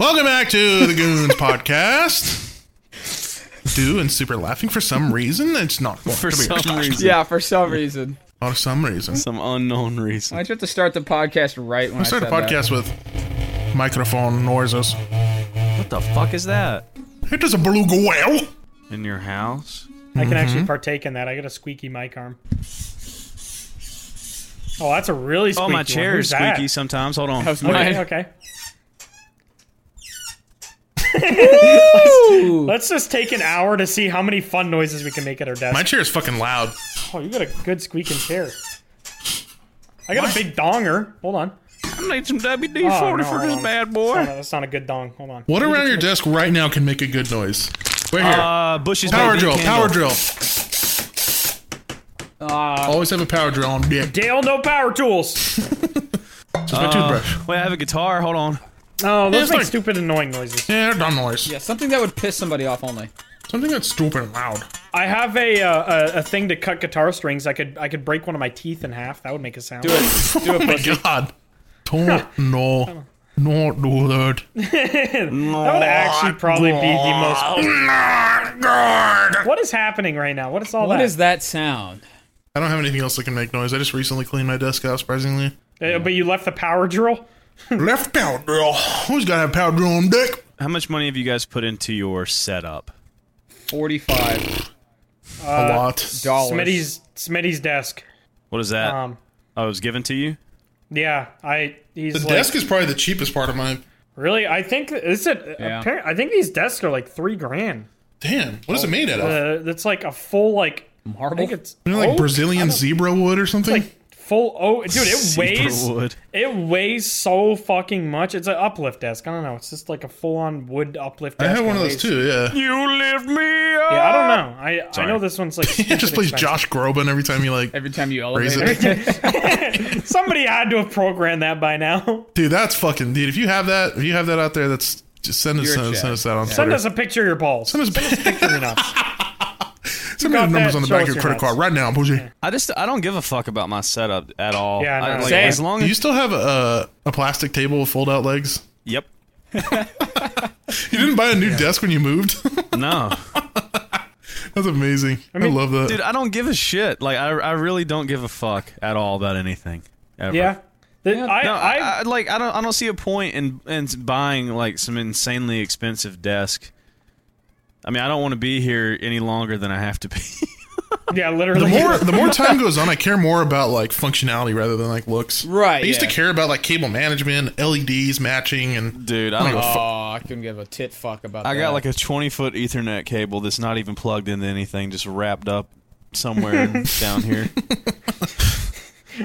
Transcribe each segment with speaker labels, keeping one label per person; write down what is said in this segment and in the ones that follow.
Speaker 1: Welcome back to the Goons podcast. Do and super laughing for some reason. It's not
Speaker 2: For
Speaker 1: to be
Speaker 2: some
Speaker 1: expected.
Speaker 2: reason.
Speaker 3: Yeah, for some reason.
Speaker 1: For some reason.
Speaker 2: Some unknown reason.
Speaker 3: I tried to start the podcast right when I
Speaker 1: I started a
Speaker 3: said that.
Speaker 1: podcast with microphone noises.
Speaker 2: What the fuck is that?
Speaker 1: It is a beluga whale.
Speaker 2: In your house?
Speaker 4: I can actually partake in that. I got a squeaky mic arm. Oh, that's a really
Speaker 2: Oh,
Speaker 4: squeaky
Speaker 2: my chair
Speaker 4: one.
Speaker 2: is
Speaker 4: Who's that?
Speaker 2: squeaky sometimes. Hold on.
Speaker 3: That was
Speaker 4: Okay,
Speaker 3: mine.
Speaker 4: okay.
Speaker 3: Ooh.
Speaker 4: Let's just take an hour to see how many fun noises we can make at our desk.
Speaker 1: My chair is fucking loud.
Speaker 4: oh, you got a good squeaking chair. I got a big donger. Hold on.
Speaker 2: I need some WD-40
Speaker 4: Oh, no,
Speaker 2: for
Speaker 4: hold
Speaker 2: this
Speaker 4: on.
Speaker 2: bad
Speaker 4: That's
Speaker 2: boy.
Speaker 4: not, that's not a good dong. Hold on.
Speaker 1: What around your desk right now can make a good noise? Right here.
Speaker 2: Uh, Bush's
Speaker 1: power
Speaker 2: baby
Speaker 1: drill.
Speaker 2: candle. Uh,
Speaker 1: Power drill.
Speaker 3: Ah,
Speaker 1: Always have a power drill on deck.
Speaker 4: Dale, no power tools.
Speaker 1: Just my toothbrush.
Speaker 2: Wait, I have a guitar. Hold on.
Speaker 4: Oh,
Speaker 1: it's
Speaker 4: those make
Speaker 1: fine.
Speaker 4: stupid, annoying noises.
Speaker 1: Yeah, they're dumb noise.
Speaker 3: yeah, something that would piss somebody off only.
Speaker 1: Something that's stupid and loud.
Speaker 4: I have a, uh, a a thing to cut guitar strings. I could I could break one of my teeth in half. That would make a sound.
Speaker 3: Do it. Do it,
Speaker 1: My
Speaker 3: pussy.
Speaker 1: God. Don't no. Not do that.
Speaker 4: That would actually probably be the
Speaker 1: Not
Speaker 4: most.
Speaker 1: good.
Speaker 4: What is happening right now? What is all
Speaker 3: What
Speaker 4: that?
Speaker 3: is that sound?
Speaker 1: I don't have anything else that can make noise. I just recently cleaned my desk out, surprisingly.
Speaker 4: Uh, but you left the power drill.
Speaker 1: Hmm. Left power drill. Who's gotta have power drill on deck?
Speaker 2: How much money have you guys put into your setup?
Speaker 3: Forty-five
Speaker 4: Uh,
Speaker 1: a lot.
Speaker 3: dollars.
Speaker 4: Smitty's Smitty's desk.
Speaker 2: What is that?
Speaker 4: Um,
Speaker 2: oh, it was given to you?
Speaker 4: yeah, I he's
Speaker 1: The
Speaker 4: like,
Speaker 1: desk is probably the cheapest part of mine.
Speaker 4: really. I think is it.
Speaker 3: Yeah.
Speaker 4: Apparent, I think these desks are like three grand.
Speaker 1: Damn, what is it made out of?
Speaker 4: Uh, that's like a full like. I
Speaker 3: marble.
Speaker 4: think it's
Speaker 1: You know, like
Speaker 4: oak?
Speaker 1: Brazilian zebra wood or something?
Speaker 4: like full. Oh, dude, it weighs.
Speaker 2: Superwood.
Speaker 4: It weighs so fucking much. It's an uplift desk. I don't know. It's just like a full on wood uplift.
Speaker 1: I
Speaker 4: desk.
Speaker 1: have one of
Speaker 4: It
Speaker 1: those
Speaker 4: weighs-
Speaker 1: too, yeah.
Speaker 2: You lift me up.
Speaker 4: Yeah, I don't know. I
Speaker 2: Sorry.
Speaker 4: I know this one's like.
Speaker 1: It just
Speaker 4: stupid
Speaker 1: plays
Speaker 4: expensive.
Speaker 1: Josh Groban every time you like
Speaker 3: Every time you
Speaker 1: raise
Speaker 3: elevate,
Speaker 1: it.
Speaker 4: Somebody had to have programmed that by now.
Speaker 1: Dude, that's fucking dude. If you have that, if you have that out there, that's just send us
Speaker 3: You're a
Speaker 1: send, us- send
Speaker 3: Chad.
Speaker 1: us that on
Speaker 4: Send
Speaker 1: Twitter.
Speaker 4: us a picture of your balls.
Speaker 1: Send us send
Speaker 4: Fair enough.
Speaker 1: me the
Speaker 4: got
Speaker 1: numbers
Speaker 4: that,
Speaker 1: on the
Speaker 4: show
Speaker 1: back
Speaker 4: us
Speaker 1: of your
Speaker 4: your
Speaker 1: credit
Speaker 4: nuts.
Speaker 1: card right now, Bougie.
Speaker 2: I just I don't give a fuck about my setup at all.
Speaker 4: Yeah, I
Speaker 2: I,
Speaker 4: know.
Speaker 2: like,
Speaker 4: Same.
Speaker 2: as long
Speaker 1: Do
Speaker 2: as
Speaker 1: you still have a a plastic table with fold out legs?
Speaker 2: yep.
Speaker 1: You didn't buy a new desk when you moved?
Speaker 2: No,
Speaker 1: that's amazing. I, love that.
Speaker 2: dude, I don't give a shit. Like I I really don't give a fuck at all about anything. Ever.
Speaker 4: Yeah. The- I,
Speaker 2: No, I,
Speaker 4: I,
Speaker 2: I like I don't I don't see a point in in buying like some insanely expensive desk. I mean, I don't want to be here any longer than I have to be.
Speaker 4: yeah,
Speaker 1: the
Speaker 4: literally.
Speaker 1: more the more time goes on, I care more about like functionality rather than like looks.
Speaker 3: Right,
Speaker 1: I used to
Speaker 3: yeah.
Speaker 1: care about like cable management, LEDs matching, and
Speaker 2: Dude, I don't
Speaker 3: Oh, I couldn't give a tit fuck about
Speaker 2: I
Speaker 3: that.
Speaker 2: got like a 20 foot Ethernet cable that's not even plugged into anything, just wrapped up somewhere in- down here.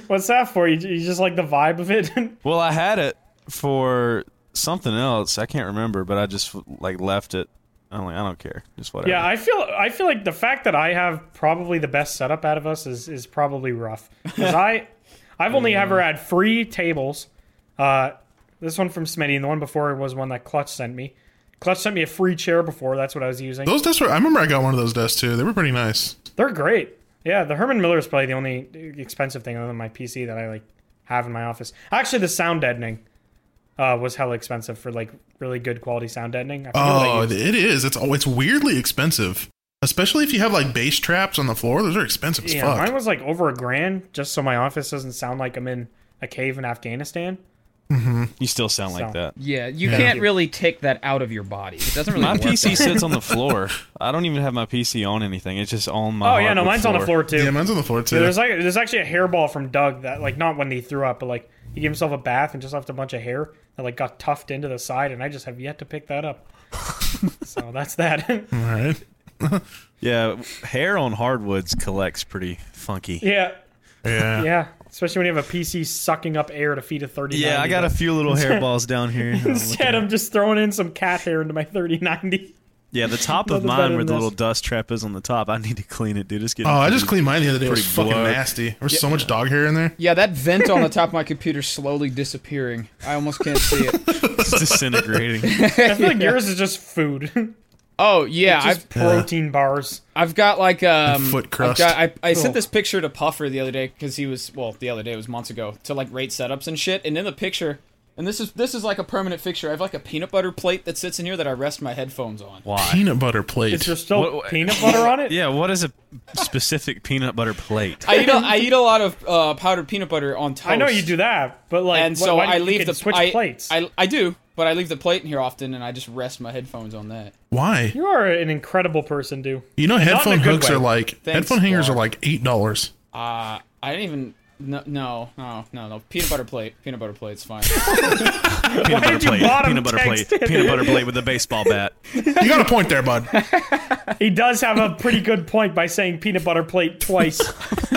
Speaker 4: What's that for? You, you just like the vibe of it?
Speaker 2: Well, I had it for something else. I can't remember, but I just like left it. I'm like, I don't care. Just whatever.
Speaker 4: yeah, I feel I feel like the fact that I have probably the best setup out of us is is probably rough. 'Cause I I've only ever had free tables. Uh, this one from Smitty and the one before was one that Clutch sent me. Clutch sent me a free chair before. That's what I was using.
Speaker 1: those desks were. I remember I got one of those desks too. They were pretty nice.
Speaker 4: They're great. Yeah, the Herman Miller is probably the only expensive thing other than my PC that I like have in my office. Actually, the sound deadening uh, was hella expensive for like really good quality sound deadening. I forget what I
Speaker 1: Oh,
Speaker 4: used.
Speaker 1: it is. It's oh, it's weirdly expensive, especially if you have like bass traps on the floor. Those are expensive as
Speaker 4: yeah,
Speaker 1: fuck.
Speaker 4: mine was like over a grand just so my office doesn't sound like I'm in a cave in Afghanistan.
Speaker 2: You still sound like
Speaker 4: So.
Speaker 2: that.
Speaker 3: Yeah, you can't really take that out of your body. It doesn't really
Speaker 2: My
Speaker 3: work
Speaker 2: PC
Speaker 3: that way.
Speaker 2: sits on the floor. I don't even have my PC on anything. It's just on my.
Speaker 4: Oh yeah, no,
Speaker 2: hardwood
Speaker 4: mine's on the floor too.
Speaker 1: Yeah, mine's on the floor too.
Speaker 4: Yeah, there's like there's actually a hairball from Doug that like not when he threw up, but like he gave himself a bath and just left a bunch of hair that like got tufted into the side, and I just have yet to pick that up. so that's that.
Speaker 1: All right.
Speaker 2: Yeah, hair on hardwoods collects pretty funky.
Speaker 4: yeah,
Speaker 1: Yeah.
Speaker 4: yeah. Especially when you have a PC sucking up air to feed a 39.
Speaker 2: Yeah, I got a few little hairballs down here.
Speaker 4: Instead, I'm just throwing in some cat hair into my 3090.
Speaker 2: Yeah, the top
Speaker 4: Nothing's
Speaker 2: of
Speaker 4: better
Speaker 2: mine where
Speaker 4: than
Speaker 2: the
Speaker 4: this.
Speaker 2: little dust trap is on the top. I need to clean it, dude. It's getting.
Speaker 1: Oh, I just cleaned mine the other day. It was
Speaker 2: Pretty
Speaker 1: fucking
Speaker 2: blood.
Speaker 1: nasty. There was so much dog hair in there.
Speaker 3: Yeah, that vent on the top of my computer slowly disappearing. I almost can't see it.
Speaker 2: it's disintegrating.
Speaker 4: I feel like yours is just food,
Speaker 3: Oh yeah,
Speaker 4: just
Speaker 3: I've
Speaker 4: protein bars.
Speaker 2: uh,
Speaker 3: I've got like um
Speaker 1: foot
Speaker 3: I've
Speaker 1: crust.
Speaker 3: got- I, I
Speaker 4: Ugh.
Speaker 3: sent this picture to Puffer the other day because he was well the other day it was months ago to like rate setups and shit. And in the picture, and this is this is like a permanent fixture. I have like a peanut butter plate that sits in here that I rest my headphones on.
Speaker 2: Why?
Speaker 1: Peanut butter plate.
Speaker 4: Is there still
Speaker 2: What- what-
Speaker 4: peanut butter on it?
Speaker 2: Yeah, what is a specific peanut butter plate?
Speaker 3: I eat a, I eat a lot of uh, powdered peanut butter on toast.
Speaker 4: I know you do that, but like,
Speaker 3: And
Speaker 4: wh-
Speaker 3: so
Speaker 4: why do
Speaker 3: I
Speaker 4: you
Speaker 3: leave
Speaker 4: can
Speaker 3: the
Speaker 4: switch
Speaker 3: I,
Speaker 4: plates.
Speaker 3: I, I do, but I leave the plate in here often, and I just rest my headphones on that.
Speaker 1: Why?
Speaker 4: you are an incredible person, dude.
Speaker 1: You know,
Speaker 4: in a
Speaker 1: headphone
Speaker 4: good
Speaker 1: hooks
Speaker 4: way.
Speaker 1: are like headphone hangers are
Speaker 3: Lord.
Speaker 1: like eight dollars.
Speaker 3: Uh, I didn't even no no no no no peanut butter plate peanut butter plate's fine.
Speaker 2: Peanut butter
Speaker 4: did you
Speaker 2: plate.
Speaker 4: bottom
Speaker 2: Peanut butter
Speaker 4: text
Speaker 2: plate. Peanut butter plate with a baseball bat.
Speaker 1: You got a point there, bud.
Speaker 4: He does have a pretty good point by saying peanut butter plate twice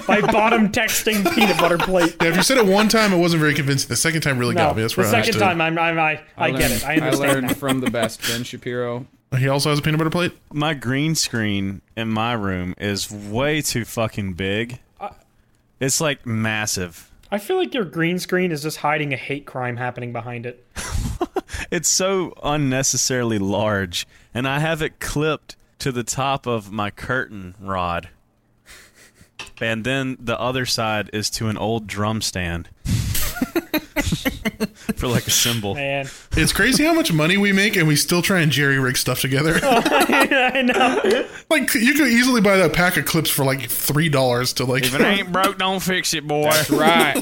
Speaker 4: by bottom texting peanut butter plate.
Speaker 1: Yeah, if you said it one time, it wasn't very convincing. The second time really
Speaker 4: No,
Speaker 1: got me.
Speaker 4: the
Speaker 1: That's where I
Speaker 4: second
Speaker 1: understood.
Speaker 4: time I'm, I'm I, I, get it. I understand.
Speaker 3: learned from the best, Ben Shapiro.
Speaker 1: He also has a peanut butter plate.
Speaker 2: My green screen in my room is way too fucking big. It's like massive.
Speaker 4: I feel like your green screen is just hiding a hate crime happening behind it.
Speaker 2: It's so unnecessarily large, and I have it clipped to the top of my curtain rod. And then the other side is to an old drum stand for like a cymbal.
Speaker 4: And
Speaker 1: It's crazy how much money we make, and we still try and jerry rig stuff together.
Speaker 4: Oh. I know.
Speaker 1: like you could easily buy that pack of clips for like three dollars to like.
Speaker 2: If it ain't broke, don't fix it, boy.
Speaker 3: Right.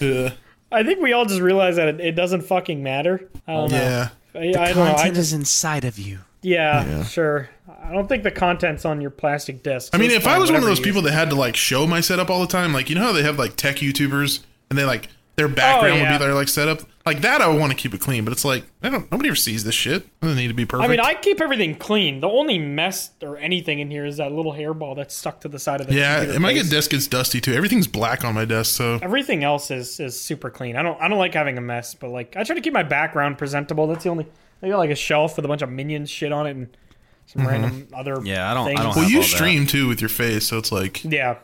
Speaker 1: Yeah.
Speaker 4: I think we all just realize that it, it doesn't fucking matter. I don't know.
Speaker 1: yeah.
Speaker 4: I, I don't know. I just,
Speaker 2: is inside of you.
Speaker 4: yeah, sure. I don't think the content's on your plastic disc.
Speaker 1: I mean, if I was one of those people that had to like show my setup all the time, like you know how they have like tech YouTubers and they like their background
Speaker 4: Oh, yeah.
Speaker 1: would be their like setup, like that I would want to keep it clean. But it's like I don't. Nobody ever sees this shit. It doesn't need to be perfect.
Speaker 4: I mean, I keep everything clean. The only mess or anything in here is that little hairball that's stuck to the side of the
Speaker 1: yeah,
Speaker 4: computer
Speaker 1: and my
Speaker 4: case.
Speaker 1: good desk gets dusty too. Everything's black on my desk, so
Speaker 4: Everything else is is super clean. I don't I don't like having a mess, but like I try to keep my background presentable. That's the only I got like a shelf with a bunch of minions shit on it and some
Speaker 2: Mm-hmm.
Speaker 4: random other
Speaker 2: Yeah, I don't- I
Speaker 4: things.
Speaker 2: don't
Speaker 1: well,
Speaker 2: have
Speaker 1: you
Speaker 2: all that.
Speaker 1: stream too with your face, so it's like
Speaker 4: yeah.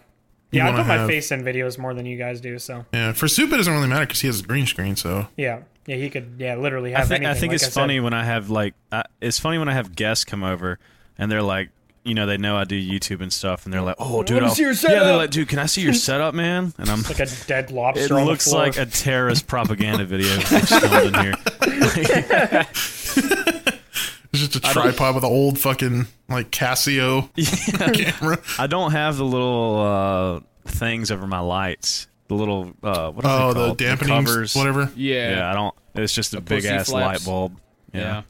Speaker 4: Yeah, I
Speaker 1: wanna
Speaker 4: put my
Speaker 1: have-
Speaker 4: face in videos more than you guys do, so
Speaker 1: yeah. For soup, it doesn't really matter because he has a green screen. So
Speaker 4: yeah. Yeah, he could yeah, literally
Speaker 2: I
Speaker 4: have
Speaker 2: think,
Speaker 4: anything.
Speaker 2: I think
Speaker 4: like
Speaker 2: it's
Speaker 4: said.
Speaker 2: funny when I have like I, it's funny when I have guests come over and they're like, you know, they know I do YouTube and stuff, and they're like, oh, dude,
Speaker 3: me
Speaker 2: I'll,
Speaker 3: see your
Speaker 2: yeah, they're
Speaker 3: setup.
Speaker 2: like, dude, can I see your setup, man? And I'm
Speaker 4: Like a dead lobster
Speaker 2: it
Speaker 4: on
Speaker 2: looks
Speaker 4: the floor.
Speaker 2: like a terrorist propaganda video that's filmed in here.
Speaker 1: it's just a tripod with an old fucking like Casio camera.
Speaker 2: I don't have the little uh, things over my lights, the little uh, what are
Speaker 1: Oh,
Speaker 2: they
Speaker 1: the
Speaker 2: called?
Speaker 1: dampening
Speaker 2: covers,
Speaker 1: whatever.
Speaker 3: Yeah.
Speaker 2: Yeah, I don't. It's just a big
Speaker 3: pussy
Speaker 2: ass
Speaker 3: flaps.
Speaker 2: light bulb.
Speaker 3: Yeah.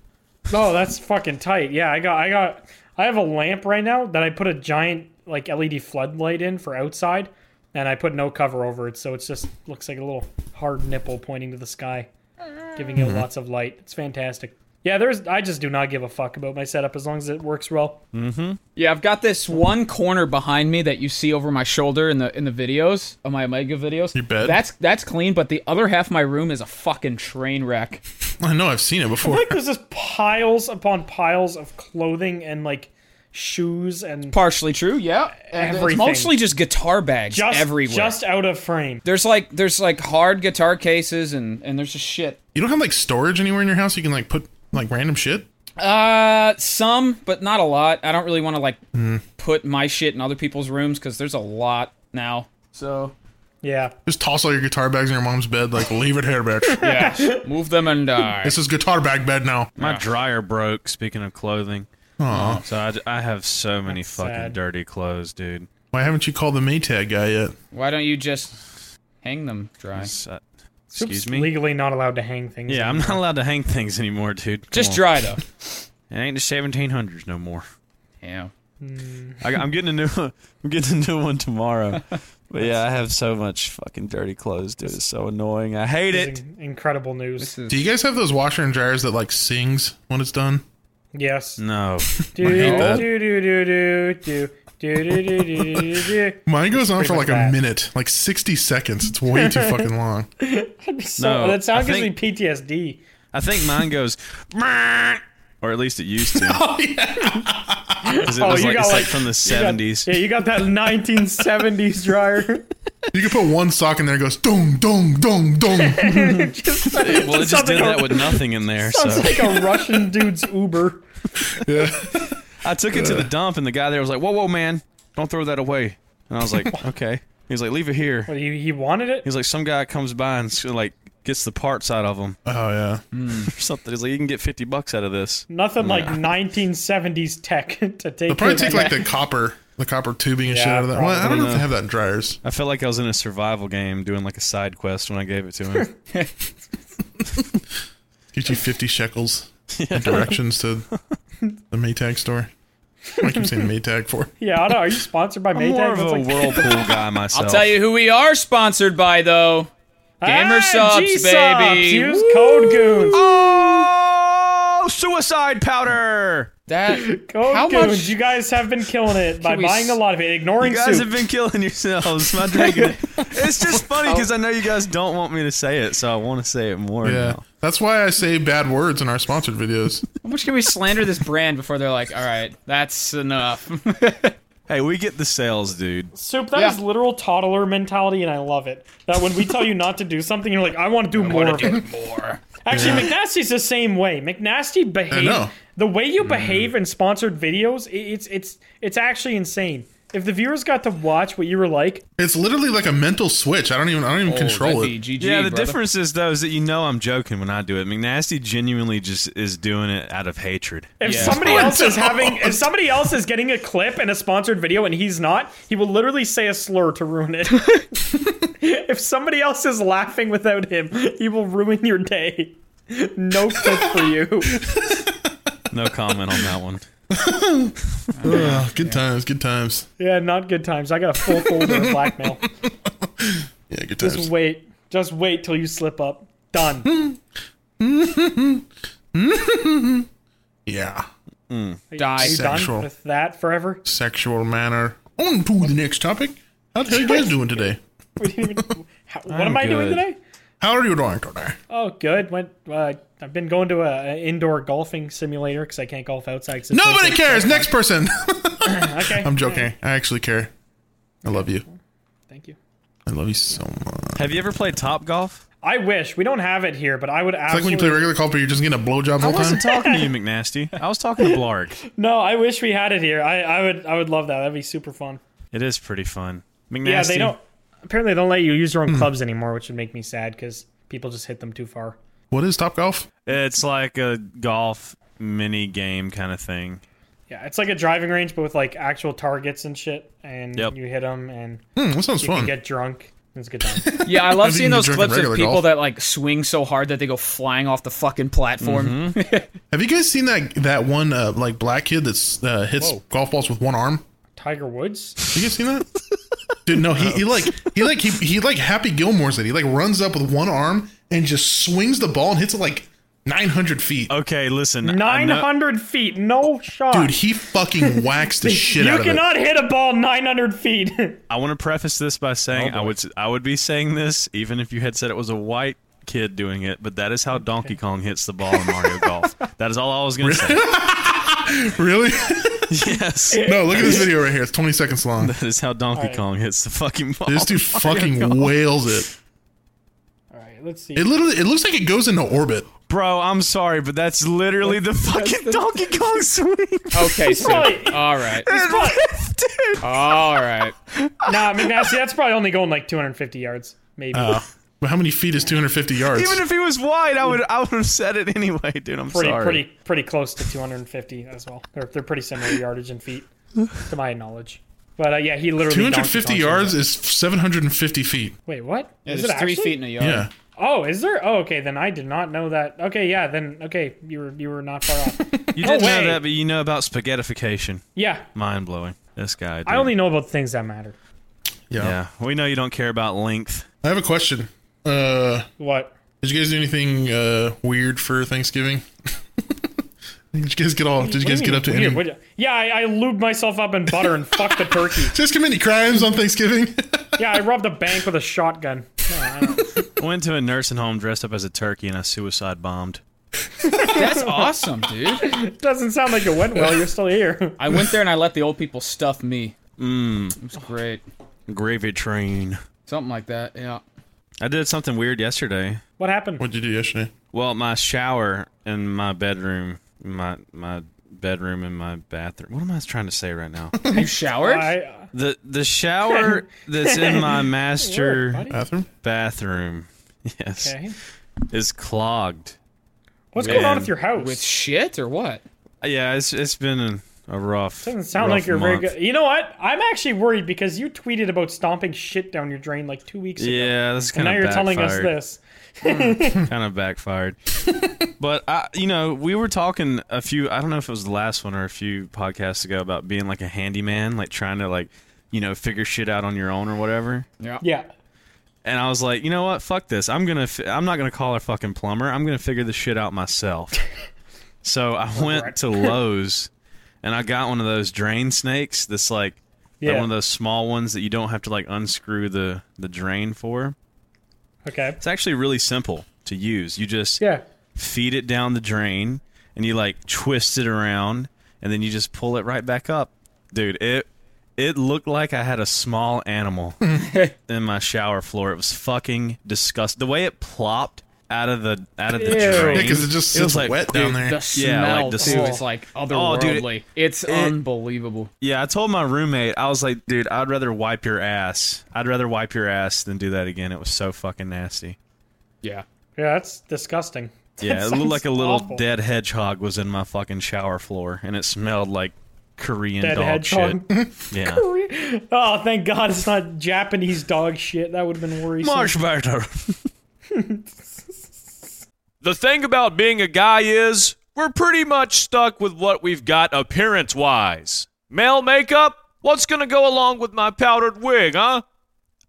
Speaker 4: Oh, that's fucking tight. Yeah, I got I got I have a lamp right now that I put a giant like LED floodlight in for outside and I put no cover over it, so it's just looks like a little hard nipple pointing to the sky, giving
Speaker 2: Mm-hmm.
Speaker 4: it lots of light. It's fantastic. Yeah, there's I just do not give a fuck about my setup as long as it works well.
Speaker 3: Yeah, I've got this one corner behind me that you see over my shoulder in the in the videos of my Omega videos. You
Speaker 1: bet.
Speaker 3: That's that's clean, but the other half of my room is a fucking train wreck.
Speaker 1: I know I've seen it before.
Speaker 4: Like there's just piles upon piles of clothing and like shoes and
Speaker 3: Partially true, yeah. And
Speaker 4: Everything.
Speaker 3: It's mostly just guitar bags
Speaker 4: just
Speaker 3: everywhere.
Speaker 4: just out of frame.
Speaker 3: there's like there's like hard guitar cases and and there's just shit.
Speaker 1: You don't have like storage anywhere in your house. You can like put like random shit.
Speaker 3: Uh, some, but not a lot. I don't really want to like put my shit in other people's rooms because there's a lot now. So
Speaker 4: Yeah.
Speaker 1: Just toss all your guitar bags in your mom's bed. Like leave it here, bitch.
Speaker 3: yeah, move them and die.
Speaker 1: this is guitar bag bed now.
Speaker 2: My dryer broke. Speaking of clothing,
Speaker 1: Aw.
Speaker 2: so I, I have so many
Speaker 4: That's
Speaker 2: fucking
Speaker 4: sad.
Speaker 2: dirty clothes, dude.
Speaker 1: Why haven't you called the Maytag guy yet?
Speaker 3: Why don't you just hang them dry?
Speaker 2: So- Uh, Excuse
Speaker 4: Soup's
Speaker 2: me.
Speaker 4: Legally not allowed to hang things.
Speaker 2: Yeah, I'm not allowed to hang things anymore, dude. Come
Speaker 3: Just
Speaker 2: on.
Speaker 3: dry though.
Speaker 2: It ain't the 1700s no more.
Speaker 3: Damn.
Speaker 2: I, I'm getting a new. I'm getting a new one tomorrow. But yeah, I have so much fucking dirty clothes, dude. It's so annoying. I hate
Speaker 4: This
Speaker 2: it.
Speaker 4: is in- incredible news.
Speaker 3: This is
Speaker 1: Do you guys have those washer and dryers that like sings when it's done?
Speaker 4: Yes.
Speaker 2: No.
Speaker 4: Do
Speaker 1: hate that.
Speaker 4: do do do do do do do do do do do.
Speaker 1: Mine goes on for
Speaker 4: Pretty
Speaker 1: like
Speaker 4: much
Speaker 1: a
Speaker 4: that.
Speaker 1: minute, like 60 seconds. It's way too fucking long.
Speaker 4: So
Speaker 2: No,
Speaker 4: that sound
Speaker 2: I
Speaker 4: gives me
Speaker 2: think-
Speaker 4: PTSD.
Speaker 2: I think mine goes, "Brrrr," or at least it used to. oh, yeah. It
Speaker 4: Oh,
Speaker 2: was
Speaker 4: you
Speaker 2: like,
Speaker 4: got
Speaker 2: it's like
Speaker 4: like-
Speaker 2: from the
Speaker 4: You got-
Speaker 2: 70s.
Speaker 4: Yeah, you got that 1970s dryer.
Speaker 1: You can put one sock in there and it goes dong, dong, dong, Oh, dong.
Speaker 2: well, it just
Speaker 4: sounds
Speaker 2: did
Speaker 4: like a-
Speaker 2: that with nothing in there.
Speaker 4: Sounds
Speaker 2: So
Speaker 4: like a Russian dude's Uber.
Speaker 2: I took it to the dump, and the guy there was like, whoa, whoa, man, don't throw that away. And I was like, okay. He was like, leave it here. He
Speaker 4: He, he wanted it.
Speaker 2: was like, some guy comes by and s- like gets the parts out of them
Speaker 1: Oh, yeah.
Speaker 2: or something. He's like, you can get 50 bucks out of this.
Speaker 4: Nothing like 1970s tech to take.
Speaker 1: They'll probably
Speaker 4: it.
Speaker 1: take like the copper, the copper tubing and shit
Speaker 4: Yeah,
Speaker 1: out of that. Well, I don't know if
Speaker 2: probably.
Speaker 1: they have that in dryers.
Speaker 2: I felt like I was in a survival game doing like a side quest when I gave it to him.
Speaker 1: Gives you 50 shekels and directions to the Maytag store. I keep saying Maytag for.
Speaker 4: yeah. I don't, know, are you sponsored by
Speaker 2: I'm
Speaker 4: Maytag?
Speaker 2: more of a
Speaker 4: That's like-
Speaker 2: whirlpool guy myself.
Speaker 3: I'll tell you who we are sponsored by though. Gamer
Speaker 4: Ah,
Speaker 3: subs,
Speaker 4: G-subs,
Speaker 3: baby.
Speaker 4: Use code goons.
Speaker 2: Oh, suicide powder!
Speaker 3: That
Speaker 4: Code
Speaker 3: how
Speaker 4: goons.
Speaker 3: much
Speaker 4: You guys have been killing it by
Speaker 3: Can we
Speaker 4: buying a
Speaker 3: s-
Speaker 4: lot of it, ignoring
Speaker 2: You guys
Speaker 4: soup.
Speaker 2: have been killing yourselves. My drinking. It's just funny because I know you guys don't want me to say it, so I want to say it more.
Speaker 1: Yeah.
Speaker 2: Now.
Speaker 1: That's why I say bad words in our sponsored videos.
Speaker 3: how much can we slander this brand before they're like, all right, that's enough.
Speaker 2: Hey, we get the sales, dude.
Speaker 4: Soup, That is
Speaker 3: Yeah.
Speaker 4: literal toddler mentality, and I love it. That when we tell you not to do something, you're like, I want to do more of it.
Speaker 3: More.
Speaker 4: Actually, McNasty's the same way. McNasty
Speaker 1: know.
Speaker 4: behave the way you behave in sponsored videos. i- It's it's it's actually insane. If the viewers got to watch what you were like,
Speaker 1: It's literally like a mental switch. I don't even I don't even control it.
Speaker 3: that'd be GG,
Speaker 2: yeah, the
Speaker 3: brother.
Speaker 2: difference is though is that you know I'm joking when I do it. McNasty genuinely just is doing it out of hatred.
Speaker 4: if
Speaker 3: Yeah.
Speaker 4: somebody
Speaker 1: Oh,
Speaker 4: else is
Speaker 1: no.
Speaker 4: having, if somebody else is getting a clip and a sponsored video and he's not, he will literally say a slur to ruin it. if somebody else is laughing without him, he will ruin your day. No clip for you.
Speaker 2: No comment on that one.
Speaker 1: Ugh, good times, good times.
Speaker 4: Yeah, not good times. I got a full folder of blackmail.
Speaker 1: Yeah, good
Speaker 4: Just
Speaker 1: times.
Speaker 4: wait. Just wait till you slip up. Done.
Speaker 1: Yeah.
Speaker 4: Are you
Speaker 3: Die.
Speaker 4: done
Speaker 1: Sexual.
Speaker 4: with that forever?
Speaker 1: Sexual manner. On to the next topic. How the hell you guys doing today?
Speaker 4: We didn't even- How- what am I doing
Speaker 2: good.
Speaker 4: today?
Speaker 1: How are you doing today?
Speaker 4: Oh, good. Went. Uh, I've been going to a, a indoor golfing simulator because I can't golf outside. 'cause it's
Speaker 1: Nobody
Speaker 4: like-
Speaker 1: cares. Next person.
Speaker 4: Okay.
Speaker 1: I'm joking. I actually care. I love you.
Speaker 4: Thank you.
Speaker 1: I love you so much.
Speaker 2: Have you ever played Top Golf?
Speaker 4: I wish we don't have it here, but I would
Speaker 1: It's like
Speaker 4: absolutely.
Speaker 1: when you play regular golf, but you're just getting a blowjob the
Speaker 2: I
Speaker 1: whole time.
Speaker 2: wasn't talking to you, McNasty. I was talking to Blarg.
Speaker 4: no, I wish we had it here. I, I would. I would love that. That'd be super fun.
Speaker 2: It is pretty fun. McNasty.
Speaker 4: Yeah, they don't. Apparently, they don't let you use your
Speaker 1: Hmm.
Speaker 4: own clubs anymore, which would make me sad because people just hit them too far.
Speaker 1: What is top golf?
Speaker 2: It's like a golf mini game kind of thing.
Speaker 4: Yeah, it's like a driving range, but with like actual targets and shit, and
Speaker 2: Yep.
Speaker 4: you hit them and
Speaker 1: Hmm, that sounds
Speaker 4: you
Speaker 1: fun.
Speaker 4: can get drunk. It's a good time.
Speaker 3: Yeah, I love
Speaker 1: think
Speaker 3: seeing
Speaker 1: you
Speaker 3: those
Speaker 1: drink
Speaker 3: clips of
Speaker 1: regular
Speaker 3: people
Speaker 1: golf.
Speaker 3: that like swing so hard that they go flying off the fucking platform.
Speaker 1: Have you guys seen that that one uh, like black kid that's uh, hits golf balls with one arm?
Speaker 4: Tiger Woods.
Speaker 1: You guys seen that? Dude, no, he, he like he like he, he like Happy Gilmore's it. He like runs up with one arm and just swings the ball and hits it like 900 feet.
Speaker 2: Okay, listen. I know-
Speaker 4: Nine hundred feet, no shot.
Speaker 1: Dude, he fucking whacks the shit
Speaker 4: you
Speaker 1: out of it.
Speaker 4: cannot hit a ball 900 feet.
Speaker 2: I want to preface this by saying I would I would be saying this even if you had said it was a white kid doing it, but that is how Donkey Kong hits the ball in Mario Golf. That is all I was going to say.
Speaker 1: Really?
Speaker 2: Yes,
Speaker 1: No, look at this video right here. It's 20 seconds long.
Speaker 2: that is how Donkey Kong hits the fucking ball.
Speaker 1: This dude fucking wails it.
Speaker 4: All right, let's see.
Speaker 1: It literally it looks like it goes into orbit.
Speaker 2: Bro, I'm sorry, but that's literally the fucking Donkey Kong swing.
Speaker 3: Okay, so
Speaker 4: Right.
Speaker 3: all right,
Speaker 2: Dude.
Speaker 3: all right.
Speaker 4: nah, McNasty, that's probably only going like 250 yards, maybe.
Speaker 1: But how many feet is 250 yards?
Speaker 2: Even if he was white, I would I would have said it anyway, dude. I'm
Speaker 4: pretty,
Speaker 2: sorry.
Speaker 4: pretty, pretty close to 250 as well. They're, they're pretty similar yardage and feet, to my knowledge. But uh, yeah, he literally Donkey
Speaker 1: 250
Speaker 4: Kongs it.
Speaker 1: yards is 750 feet.
Speaker 4: Wait, what? Is
Speaker 3: It's three
Speaker 4: actually?
Speaker 3: feet in a yard.
Speaker 1: Yeah.
Speaker 5: Oh, is there? Oh, okay. Then I did not know that. Okay, yeah. Then okay, you were you were not far off.
Speaker 2: You didn't know
Speaker 5: wait.
Speaker 2: that, but you know about spaghettification.
Speaker 5: Yeah,
Speaker 2: Mind blowing. This guy. Dude.
Speaker 5: I only know about the things that matter.
Speaker 1: Yeah.
Speaker 2: Yeah, we know you don't care about length.
Speaker 1: I have a question. Uh,
Speaker 5: What?
Speaker 1: did you guys do anything uh, weird for Thanksgiving? did you guys get all? Did you guys get up to
Speaker 5: Weird,
Speaker 1: any?
Speaker 5: would you- Yeah, I, I lubed myself up in butter and fucked the turkey.
Speaker 1: Did you guys commit any crimes on Thanksgiving?
Speaker 5: Yeah, I robbed a bank with a shotgun. No, I don't-
Speaker 2: I went to a nursing home dressed up as a turkey and I suicide bombed.
Speaker 3: That's awesome, dude.
Speaker 5: It doesn't sound like it went well. You're still here.
Speaker 3: I went there and I let the old people stuff me. Mmm. It was great.
Speaker 2: Gravy train.
Speaker 3: Something like that, yeah.
Speaker 2: I did something weird yesterday.
Speaker 5: What happened?
Speaker 1: what did you do yesterday?
Speaker 2: Well, my shower and my bedroom, my my bedroom and my bathroom. What am I trying to say right now?
Speaker 3: You showered?
Speaker 5: I uh,
Speaker 2: the the shower that's in my master
Speaker 1: Bathroom?
Speaker 2: bathroom, yes,
Speaker 5: okay.
Speaker 2: is clogged.
Speaker 5: What's going on
Speaker 2: Man.
Speaker 5: with your house?
Speaker 3: With shit or what?
Speaker 2: Yeah, it's it's been a rough.
Speaker 5: Doesn't sound
Speaker 2: rough
Speaker 5: like you're
Speaker 2: month.
Speaker 5: very good. You know what? I'm actually worried because you tweeted about stomping shit down your drain like two weeks ago.
Speaker 2: Yeah, that's
Speaker 5: And
Speaker 2: kind
Speaker 5: now
Speaker 2: of
Speaker 5: you're telling us
Speaker 2: backfired.
Speaker 5: this.
Speaker 2: kind of backfired. but I, you know, we were talking a few. I don't know if it was the last one or a few podcasts ago about being like a handyman, like trying to like, you know, figure shit out on your own or whatever.
Speaker 5: Yeah.
Speaker 2: And I was like, you know what? Fuck this. I'm gonna. Fi- I'm not gonna call a fucking plumber. I'm gonna figure this shit out myself. so I went to Lowe's, and I got one of those drain snakes. That's like. like
Speaker 5: Yeah.
Speaker 2: one of those small ones that you don't have to like unscrew the the drain for.
Speaker 5: Okay.
Speaker 2: It's actually really simple to use. You just
Speaker 5: Yeah.
Speaker 2: feed it down the drain and you like twist it around and then you just pull it right back up. Dude, it it looked like I had a small animal in my shower floor. It was fucking disgusting. The way it plopped out of the out of the
Speaker 5: Ew.
Speaker 2: drain.
Speaker 1: Yeah, because it just sits
Speaker 2: was like,
Speaker 1: wet down
Speaker 2: dude,
Speaker 1: there.
Speaker 3: The
Speaker 2: Yeah,
Speaker 3: smell,
Speaker 2: like the
Speaker 3: too,
Speaker 2: smell.
Speaker 3: is like
Speaker 2: Oh, dude, it-
Speaker 3: otherworldly. it's unbelievable.
Speaker 2: Yeah, I told my roommate, I was like, dude, I'd rather wipe your ass. I'd rather wipe your ass than do that again. It was so fucking nasty.
Speaker 3: Yeah.
Speaker 5: Yeah, that's disgusting.
Speaker 2: Yeah, it looked like a little
Speaker 5: awful.
Speaker 2: dead hedgehog was in my fucking shower floor and it smelled like Korean
Speaker 5: Dead
Speaker 2: dog
Speaker 5: hedgehog.
Speaker 2: shit. Yeah.
Speaker 5: Oh, thank God it's not Japanese dog shit. That would have been worrisome.
Speaker 2: Much better. the thing about being a guy is we're pretty much stuck with what we've got appearance wise. Male makeup? What's gonna go along with my powdered wig, huh?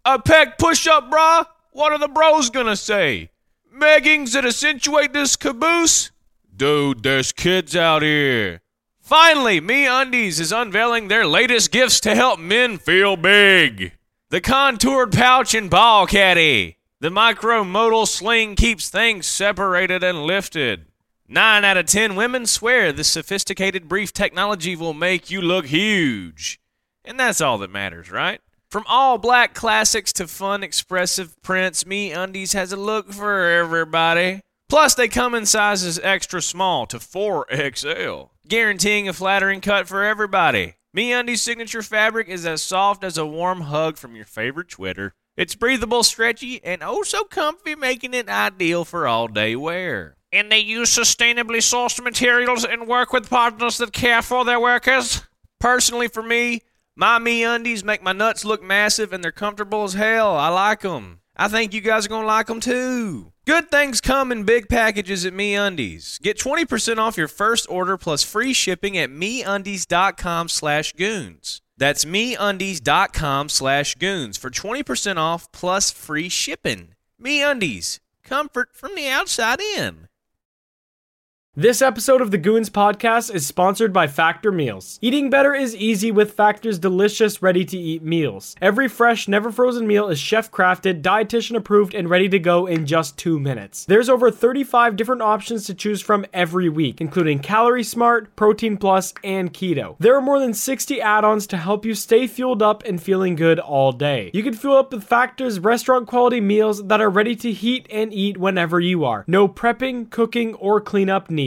Speaker 2: A pec push up bra? What are the bros gonna say? Meggings that accentuate this caboose? Dude, there's kids out here. Finally, Me Undies is unveiling their latest gifts to help men feel big. The contoured pouch and ball caddy. The micromodal sling keeps things separated and lifted. Nine out of ten women swear this sophisticated brief technology will make you look huge. And that's all that matters, right? From all black classics to fun, expressive prints, Me Undies has a look for everybody. Plus, they come in sizes extra small to 4XL, guaranteeing a flattering cut for everybody. Me Undies' signature fabric is as soft as a warm hug from your favorite Twitter. It's breathable, stretchy, and oh so comfy, making it ideal for all day wear. And they use sustainably sourced materials and work with partners that care for their workers. Personally, for me, my me undies make my nuts look massive and they're comfortable as hell. I like them. I think you guys are going to like them too. Good things come in big packages at me undies. Get 20% off your first order plus free shipping at meundies.com slash goons. That's meundies.com slash goons for 20% off plus free shipping. Me undies. Comfort from the outside in.
Speaker 4: This episode of the Goons Podcast is sponsored by Factor Meals. Eating better is easy with Factor's delicious, ready to eat meals. Every fresh, never frozen meal is chef crafted, dietitian approved, and ready to go in just two minutes. There's over 35 different options to choose from every week, including Calorie Smart, Protein Plus, and Keto. There are more than 60 add ons to help you stay fueled up and feeling good all day. You can fuel up with Factor's restaurant quality meals that are ready to heat and eat whenever you are. No prepping, cooking, or cleanup needed.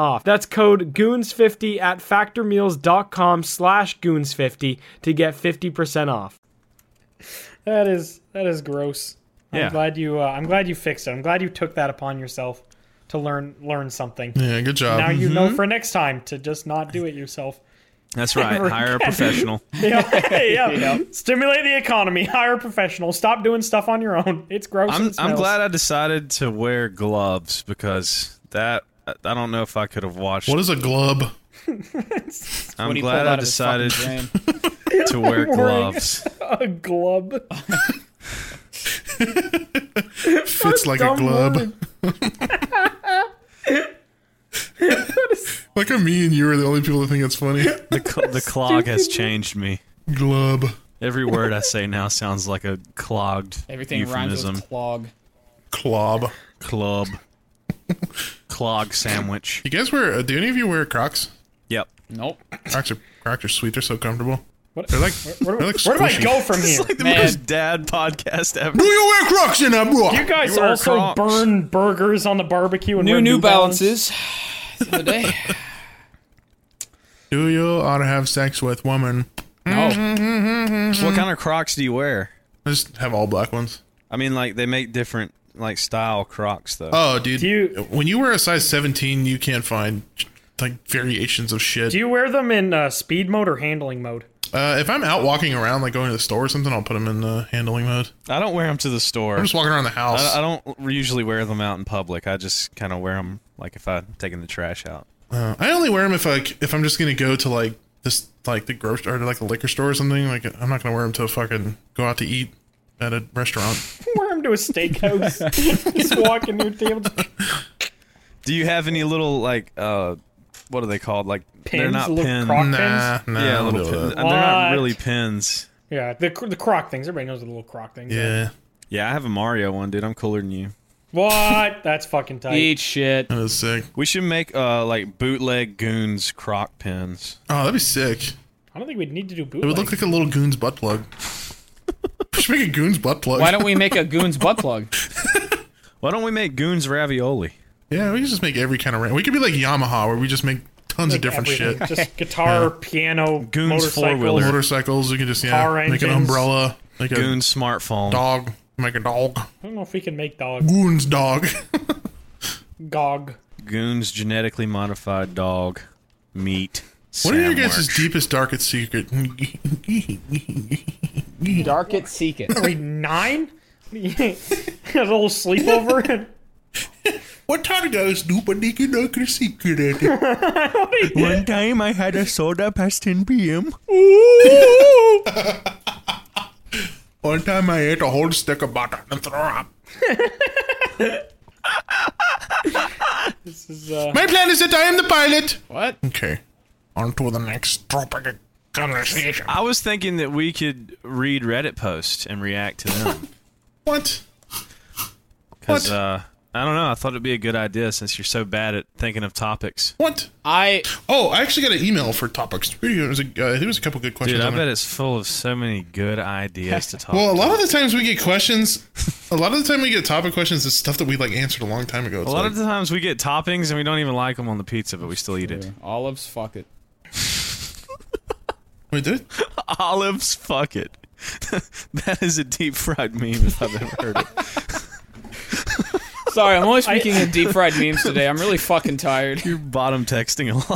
Speaker 4: off. That's code goons50 at factormeals.com slash goons50 to get 50% off.
Speaker 5: That is that is gross.
Speaker 2: Yeah.
Speaker 5: I'm glad you. Uh, I'm glad you fixed it. I'm glad you took that upon yourself to learn learn something.
Speaker 1: Yeah, good job.
Speaker 5: Now you know for next time to just not do it yourself.
Speaker 2: That's right. Hire a professional.
Speaker 5: yeah. yeah. Stimulate the economy. Hire a professional. Stop doing stuff on your own. It's gross.
Speaker 2: I'm
Speaker 5: and
Speaker 2: I'm
Speaker 5: smells.
Speaker 2: glad I decided to wear gloves because that I I don't know if I could have watched.
Speaker 1: what is a glove?
Speaker 2: I'm
Speaker 3: What he
Speaker 2: glad
Speaker 3: pulled
Speaker 2: I
Speaker 3: out of his fucking
Speaker 2: decided
Speaker 3: brain.
Speaker 2: to wear
Speaker 5: Boring.
Speaker 2: gloves.
Speaker 5: a glove.
Speaker 1: Fits like a
Speaker 5: dumb
Speaker 1: glove.
Speaker 5: word.
Speaker 1: Like how me and you are the only people that think that's funny.
Speaker 2: The cl- the clog has changed me.
Speaker 1: glub.
Speaker 2: Every word I say now sounds like a clogged
Speaker 3: Everything
Speaker 2: euphemism.
Speaker 3: rhymes with clog.
Speaker 1: Clob.
Speaker 2: Club. Clog sandwich.
Speaker 1: You guys wear? uh, Do any of you wear Crocs?
Speaker 2: Yep.
Speaker 3: Nope.
Speaker 1: Crocs are Crocs are sweet. They're so comfortable.
Speaker 5: What-
Speaker 1: They're like.
Speaker 5: Where, do-
Speaker 1: they're like
Speaker 5: where do I
Speaker 1: squishy.
Speaker 5: go from here?
Speaker 2: The
Speaker 3: Man.
Speaker 2: most dad podcast ever.
Speaker 1: Do you wear Crocs in that bra?
Speaker 5: You guys
Speaker 2: You wear
Speaker 5: also
Speaker 2: Crocs.
Speaker 5: burn burgers on the barbecue and
Speaker 3: New
Speaker 5: wear
Speaker 3: New
Speaker 5: Balance.
Speaker 3: Balances. the other day.
Speaker 1: Do you ought to have sex with woman?
Speaker 3: No.
Speaker 2: Mm-hmm. What kind of Crocs do you wear?
Speaker 1: I just have all black ones.
Speaker 2: I mean, like they make different like style Crocs though.
Speaker 1: Oh, dude.
Speaker 5: Do you-
Speaker 1: when you wear a size 17, you can't find like variations of shit.
Speaker 5: Do you wear them in uh, speed mode or handling mode?
Speaker 1: uh, if I'm out walking around, like going to the store or something, I'll put them in uh, handling mode.
Speaker 2: I don't wear them to the
Speaker 1: I'm
Speaker 2: store.
Speaker 1: just walking around the house.
Speaker 2: I, I don't usually wear them out in public. I just kind of wear them like if I'm taking the trash out.
Speaker 1: Uh, I only wear them if like if I'm just gonna go to like this like the grocery or like a liquor store or something. Like I'm not gonna wear them to fucking go out to eat at a restaurant.
Speaker 5: Wear them to a steakhouse. Just walk in your table.
Speaker 2: Do you have any little like uh what are they called? Like they're
Speaker 5: Pins,
Speaker 2: not
Speaker 5: little
Speaker 2: pins.
Speaker 5: Croc-
Speaker 1: nah, nah,
Speaker 2: yeah,
Speaker 1: I don't
Speaker 2: little
Speaker 1: do
Speaker 2: pins.
Speaker 1: that.
Speaker 2: They're not
Speaker 5: What?
Speaker 2: really pins.
Speaker 5: Yeah, the the croc things. Everybody knows the little croc things.
Speaker 1: Yeah,
Speaker 2: Yeah, I have a Mario one, dude. I'm cooler than you.
Speaker 5: What? That's fucking tight.
Speaker 3: Eat shit.
Speaker 1: that is sick.
Speaker 2: We should make uh like bootleg goons croc pins.
Speaker 1: Oh, that'd be sick.
Speaker 5: I don't think we'd need to do
Speaker 1: It
Speaker 5: bootleg.
Speaker 1: would look like a little goon's butt plug. we should make a goon's butt
Speaker 2: Oh,
Speaker 1: plug.
Speaker 3: Why don't we make a goon's butt plug?
Speaker 2: Why don't we make goons ravioli?
Speaker 1: yeah, we could just make every kind of. Ra- we could be like Yamaha, where we just make tons of different
Speaker 5: Everything.
Speaker 1: shit.
Speaker 5: Just guitar, piano,
Speaker 2: Goons
Speaker 5: motorcycle.
Speaker 2: four-wheeler.
Speaker 1: Motorcycles. We could just yeah,
Speaker 5: Car
Speaker 1: make an
Speaker 5: engines.
Speaker 1: umbrella. Make a
Speaker 2: Goon smartphone.
Speaker 1: dog. Make a dog.
Speaker 5: I don't know if we can make dog
Speaker 1: Goon's dog.
Speaker 5: gog.
Speaker 2: Goons genetically modified dog meat.
Speaker 1: what are your guys'
Speaker 2: sandwich.
Speaker 1: deepest, darkest secret?
Speaker 3: Dark it, seek it.
Speaker 5: Are we nine? a little sleepover.
Speaker 1: What time do I snoop a nicky nucker secret at it?
Speaker 2: One time I had a soda past 10 p.m.
Speaker 1: One time I ate a whole stick of butter and threw up.
Speaker 5: this is uh,
Speaker 1: My plan is that I am the pilot.
Speaker 3: What?
Speaker 1: Okay. On to the next topic of conversation.
Speaker 2: I was thinking that we could read Reddit posts and react to them.
Speaker 1: What? What?
Speaker 2: Because, uh, I don't know. I thought it'd be a good idea since you're so bad at thinking of topics.
Speaker 1: What?
Speaker 3: I
Speaker 1: Oh, I actually got an email for topics. There was a, uh, there was a couple good questions.
Speaker 2: Dude, I
Speaker 1: on there.
Speaker 2: bet it's full of so many good ideas to talk
Speaker 1: Well, a
Speaker 2: to.
Speaker 1: lot of the times we get questions. A lot of the time we get topic questions is stuff that we like answered a long time ago. It's
Speaker 2: A lot of
Speaker 1: like-
Speaker 2: the times we get toppings and we don't even like them on the pizza, but we still eat it.
Speaker 3: olives, fuck it.
Speaker 1: Wait, did it?
Speaker 2: Olives, fuck it. that is a deep fried meme if I've ever heard it.
Speaker 3: Sorry, I'm only speaking in deep fried memes today. I'm really fucking tired.
Speaker 2: You're bottom texting a lot.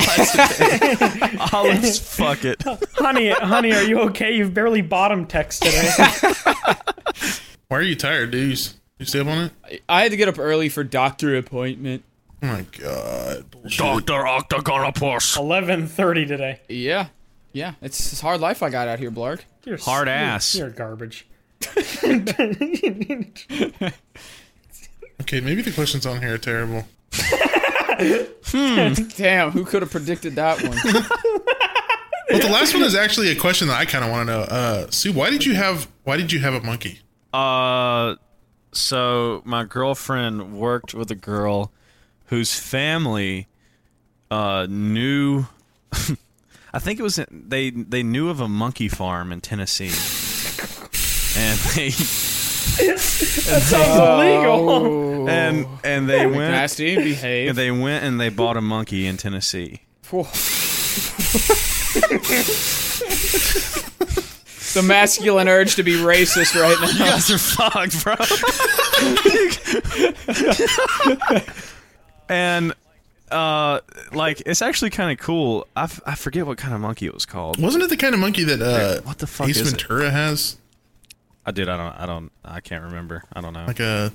Speaker 2: today. Olives, fuck it.
Speaker 5: honey, honey, are you okay? You've barely bottom text today.
Speaker 1: Why are you tired, dudes? You stay up on it?
Speaker 3: I had to get up early for doctor appointment.
Speaker 1: Oh my god. Bullshit.
Speaker 2: Octagonopus.
Speaker 5: Eleven thirty today.
Speaker 3: Yeah. Yeah. It's this hard life I got out here, Blarg.
Speaker 5: You're
Speaker 2: Hard
Speaker 5: s-
Speaker 2: ass.
Speaker 5: You're, you're garbage.
Speaker 1: Okay, maybe the questions on here are terrible.
Speaker 3: Damn, who could have predicted that one?
Speaker 1: But the last one is actually a question that I kind of want to know. Uh, Sue, why did you have why did you have a monkey?
Speaker 2: Uh, so my girlfriend worked with a girl whose family uh knew. I think it was in- they they knew of a monkey farm in Tennessee, and they
Speaker 5: Sounds illegal.
Speaker 3: Oh,
Speaker 2: and and they went
Speaker 3: nasty. Behave.
Speaker 2: and they went and they bought a monkey in Tennessee.
Speaker 3: Whoa. the masculine urge to be racist right now.
Speaker 2: You guys are fucked, bro. and uh, like it's actually kind of cool. I, f- I forget what kind of monkey it was called.
Speaker 1: Wasn't it the kind of monkey that uh,
Speaker 2: What the fuck
Speaker 1: Ace
Speaker 2: is it?
Speaker 1: Ventura has?
Speaker 2: I did. I don't. I don't. I can't remember. I don't know.
Speaker 1: Like a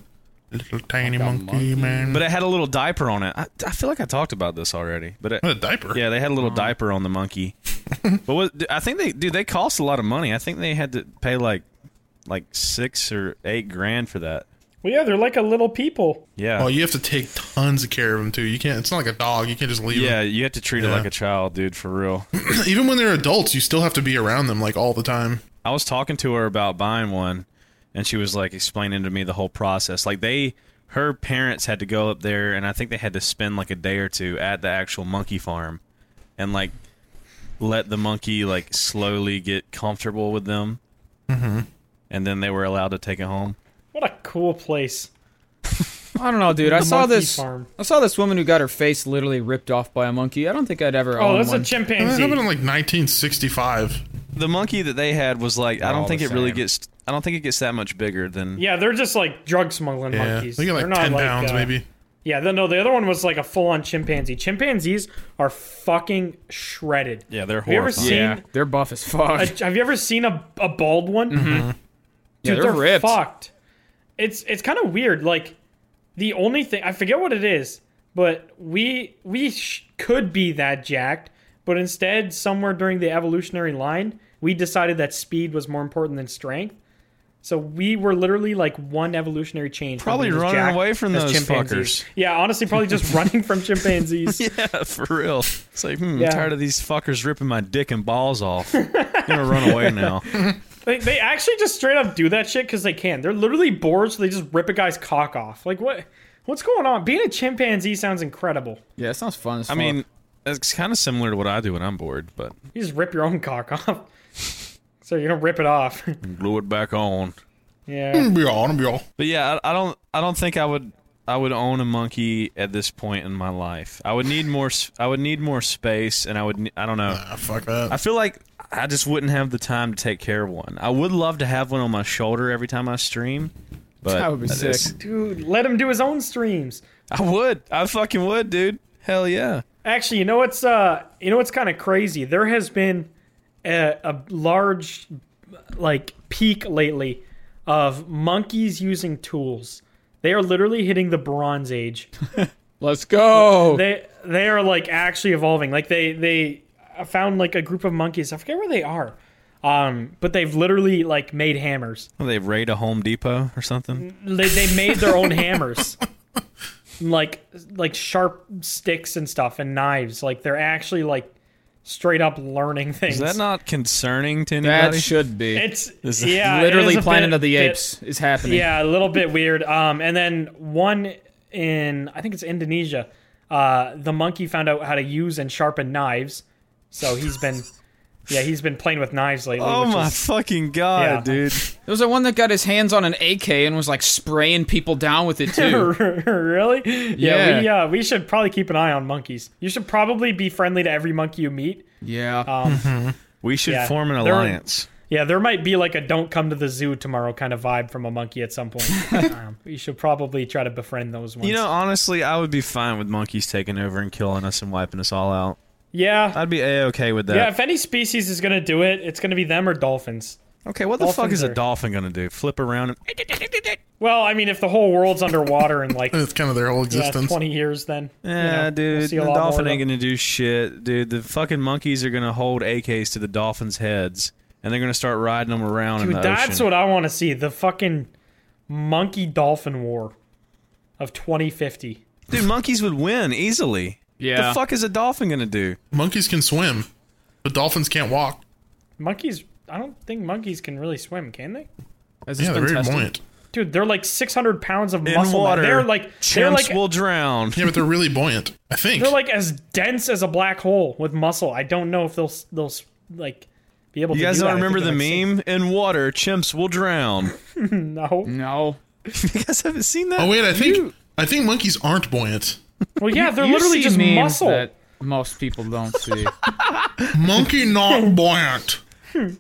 Speaker 1: little tiny monkey, man.
Speaker 2: But it had a little diaper on it. I, I feel like I talked about this already. But it,
Speaker 1: What a diaper.
Speaker 2: yeah, they had a little diaper on the monkey. but what, I think they dude they cost a lot of money. I think they had to pay like like six or eight grand for that.
Speaker 5: well, yeah, they're like a little people.
Speaker 2: Yeah.
Speaker 1: Well, Oh, you have to take tons of care of them too. You can't. It's not like a dog. You can't just leave
Speaker 2: yeah,
Speaker 1: them.
Speaker 2: you have to treat it
Speaker 1: Yeah.
Speaker 2: like a child, dude, for real.
Speaker 1: Even when they're adults, you still have to be around them like all the time.
Speaker 2: I was talking to her about buying one, and she was like explaining to me the whole process. Like they, her parents had to go up there, and I think they had to spend like a day or two at the actual monkey farm, and like let the monkey like slowly get comfortable with them, mm-hmm. and then they were allowed to take it home.
Speaker 5: What a cool place.
Speaker 3: I don't know, dude. I
Speaker 5: The
Speaker 3: saw
Speaker 5: monkey
Speaker 3: this.
Speaker 5: farm.
Speaker 3: I saw this woman who got her face literally ripped off by a monkey. I don't think I'd ever.
Speaker 5: Oh,
Speaker 3: own
Speaker 5: that's
Speaker 3: one.
Speaker 5: a
Speaker 1: And that
Speaker 5: chimpanzee.
Speaker 1: happened in like 1965.
Speaker 2: The monkey that they had was like I don't
Speaker 3: all
Speaker 2: think
Speaker 3: the
Speaker 2: it really
Speaker 3: same.
Speaker 2: gets I don't think it gets that much bigger than
Speaker 5: yeah, they're just like drug smuggling
Speaker 1: Yeah,
Speaker 5: monkeys.
Speaker 1: they got
Speaker 5: are
Speaker 1: like
Speaker 5: not
Speaker 1: 10
Speaker 5: like,
Speaker 1: pounds
Speaker 5: uh,
Speaker 1: maybe.
Speaker 5: Yeah, the, no, the other one was like a full-on chimpanzee. Chimpanzees are fucking shredded.
Speaker 2: yeah they're
Speaker 5: Have you ever
Speaker 2: horrifying.
Speaker 5: seen?
Speaker 3: They're buff as fuck.
Speaker 5: A, have you ever seen a, a bald one? Dude,
Speaker 3: they're ripped.
Speaker 5: fucked. It's it's kind of weird. Like the only thing I forget what it is, but we we sh- could be that jacked, but instead, somewhere during the evolutionary line, we decided that speed was more important than strength. So we were literally like one evolutionary change. from
Speaker 2: Probably
Speaker 5: being as
Speaker 2: running
Speaker 5: jacked
Speaker 2: away from
Speaker 5: as
Speaker 2: those
Speaker 5: chimpanzees.
Speaker 2: fuckers.
Speaker 5: Yeah, honestly, probably just running from chimpanzees.
Speaker 2: Yeah, for real. It's like, hmm,
Speaker 5: Yeah.
Speaker 2: I'm tired of these fuckers ripping my dick and balls off. I'm gonna run away now.
Speaker 5: They, they actually just straight up do that shit because they can. They're literally bored, so they just rip a guy's cock off. Like what? What's going on? Being a chimpanzee sounds incredible.
Speaker 3: yeah, it sounds fun. As
Speaker 2: I mean, it's kind of similar to what I do when I'm bored, but
Speaker 5: You just rip your own cock off, so you don't rip it off.
Speaker 2: glue it back on.
Speaker 5: yeah,
Speaker 1: Be all, be all.
Speaker 2: But yeah, I, I don't, I don't think I would, I would own a monkey at this point in my life. I would need more, s- I would need more space, and I would, ne- I don't know.
Speaker 1: Ah, fuck that.
Speaker 2: I feel like I just wouldn't have the time to take care of one. I would love to have one on my shoulder every time I stream, but
Speaker 3: That would be sick.
Speaker 2: is-
Speaker 5: dude, let him do his own streams.
Speaker 2: I would, I fucking would, dude. Hell yeah.
Speaker 5: Actually, you know what's uh, you know what's kind of crazy? There has been a, a large, like, peak lately of monkeys using tools. They are literally hitting the Bronze Age.
Speaker 3: let's go.
Speaker 5: they they are like actually evolving. Like they they found like a group of monkeys. I forget where they are. Um, but they've literally like made hammers.
Speaker 2: Well, they raid a Home Depot or something.
Speaker 5: They they made their own hammers. Like like sharp sticks and stuff and knives. Like they're actually like straight up learning things.
Speaker 2: Is that not concerning to
Speaker 3: that
Speaker 2: anybody?
Speaker 3: should be.
Speaker 5: It's yeah, it
Speaker 3: literally
Speaker 5: is a
Speaker 3: Planet
Speaker 5: bit-
Speaker 3: of the
Speaker 5: bit-
Speaker 3: Apes is happening.
Speaker 5: yeah, a little bit weird. Um, and then one in I think it's Indonesia. Uh, the monkey found out how to use and sharpen knives, so he's been, yeah, he's been playing with knives lately.
Speaker 2: Oh
Speaker 5: which
Speaker 2: my
Speaker 5: is-
Speaker 2: fucking god,
Speaker 5: Yeah.
Speaker 2: dude!
Speaker 3: There was that one that got his hands on an AK and was like spraying people down with it too.
Speaker 5: really? Yeah,
Speaker 3: Yeah.
Speaker 5: we uh, we should probably keep an eye on monkeys. You should probably be friendly to every monkey you meet.
Speaker 3: yeah.
Speaker 5: Uh,
Speaker 2: We should
Speaker 5: Yeah,
Speaker 2: form an
Speaker 5: they're-
Speaker 2: alliance.
Speaker 5: Yeah, there might be like a "don't come to the zoo tomorrow" kind of vibe from a monkey at some point. um, you should probably try to befriend those ones.
Speaker 2: You know, honestly, I would be fine with monkeys taking over and killing us and wiping us all out.
Speaker 5: yeah,
Speaker 2: I'd be a okay with that.
Speaker 5: yeah. If any species is gonna do it, it's gonna be them or dolphins.
Speaker 2: okay, what the fuck
Speaker 5: dolphins
Speaker 2: is a
Speaker 5: are-
Speaker 2: dolphin gonna do? Flip around and
Speaker 5: Well, I mean, if the whole world's underwater in like
Speaker 1: That's kind of their whole
Speaker 5: yeah,
Speaker 1: existence.
Speaker 5: 20 years, then
Speaker 2: yeah, eh, dude.
Speaker 5: see a
Speaker 2: the
Speaker 5: lot more
Speaker 2: dolphin
Speaker 5: of
Speaker 2: ain't
Speaker 5: them.
Speaker 2: gonna do shit, dude. The fucking monkeys are gonna hold AKs to the dolphins' heads, and they're gonna start riding them around in
Speaker 5: dude,
Speaker 2: the
Speaker 5: that's
Speaker 2: ocean.
Speaker 5: what I want to see the fucking monkey dolphin war of 2050.
Speaker 2: Dude, monkeys would win easily.
Speaker 3: Yeah.
Speaker 2: The fuck is a dolphin gonna do?
Speaker 1: Monkeys can swim, but dolphins can't walk.
Speaker 5: Monkeys. I don't think monkeys can really swim, can they?
Speaker 3: Has this
Speaker 1: Yeah, they're
Speaker 3: been
Speaker 1: very
Speaker 3: tested?
Speaker 1: buoyant.
Speaker 5: Dude, they're like 600 pounds of
Speaker 2: In
Speaker 5: muscle. mass.
Speaker 2: water,
Speaker 5: They're like they're
Speaker 2: chimps
Speaker 5: like
Speaker 2: will drown.
Speaker 1: Yeah, but they're really buoyant. I think.
Speaker 5: they're like as dense as a black hole with muscle. I don't know if they'll s- they'll s- like be able.
Speaker 2: You
Speaker 5: to
Speaker 2: guys
Speaker 5: do
Speaker 2: don't
Speaker 5: that. I
Speaker 2: remember
Speaker 5: think
Speaker 2: the
Speaker 5: they're, like,
Speaker 2: meme? In water, chimps will drown.
Speaker 5: so- No.
Speaker 3: No.
Speaker 2: you guys haven't seen that?
Speaker 1: oh wait, I think
Speaker 3: You-
Speaker 1: I think monkeys aren't buoyant.
Speaker 5: Well, yeah, they're
Speaker 3: You
Speaker 5: literally
Speaker 3: see
Speaker 5: just
Speaker 3: memes
Speaker 5: muscle.
Speaker 3: that most people don't see.
Speaker 1: Monkey not buoyant.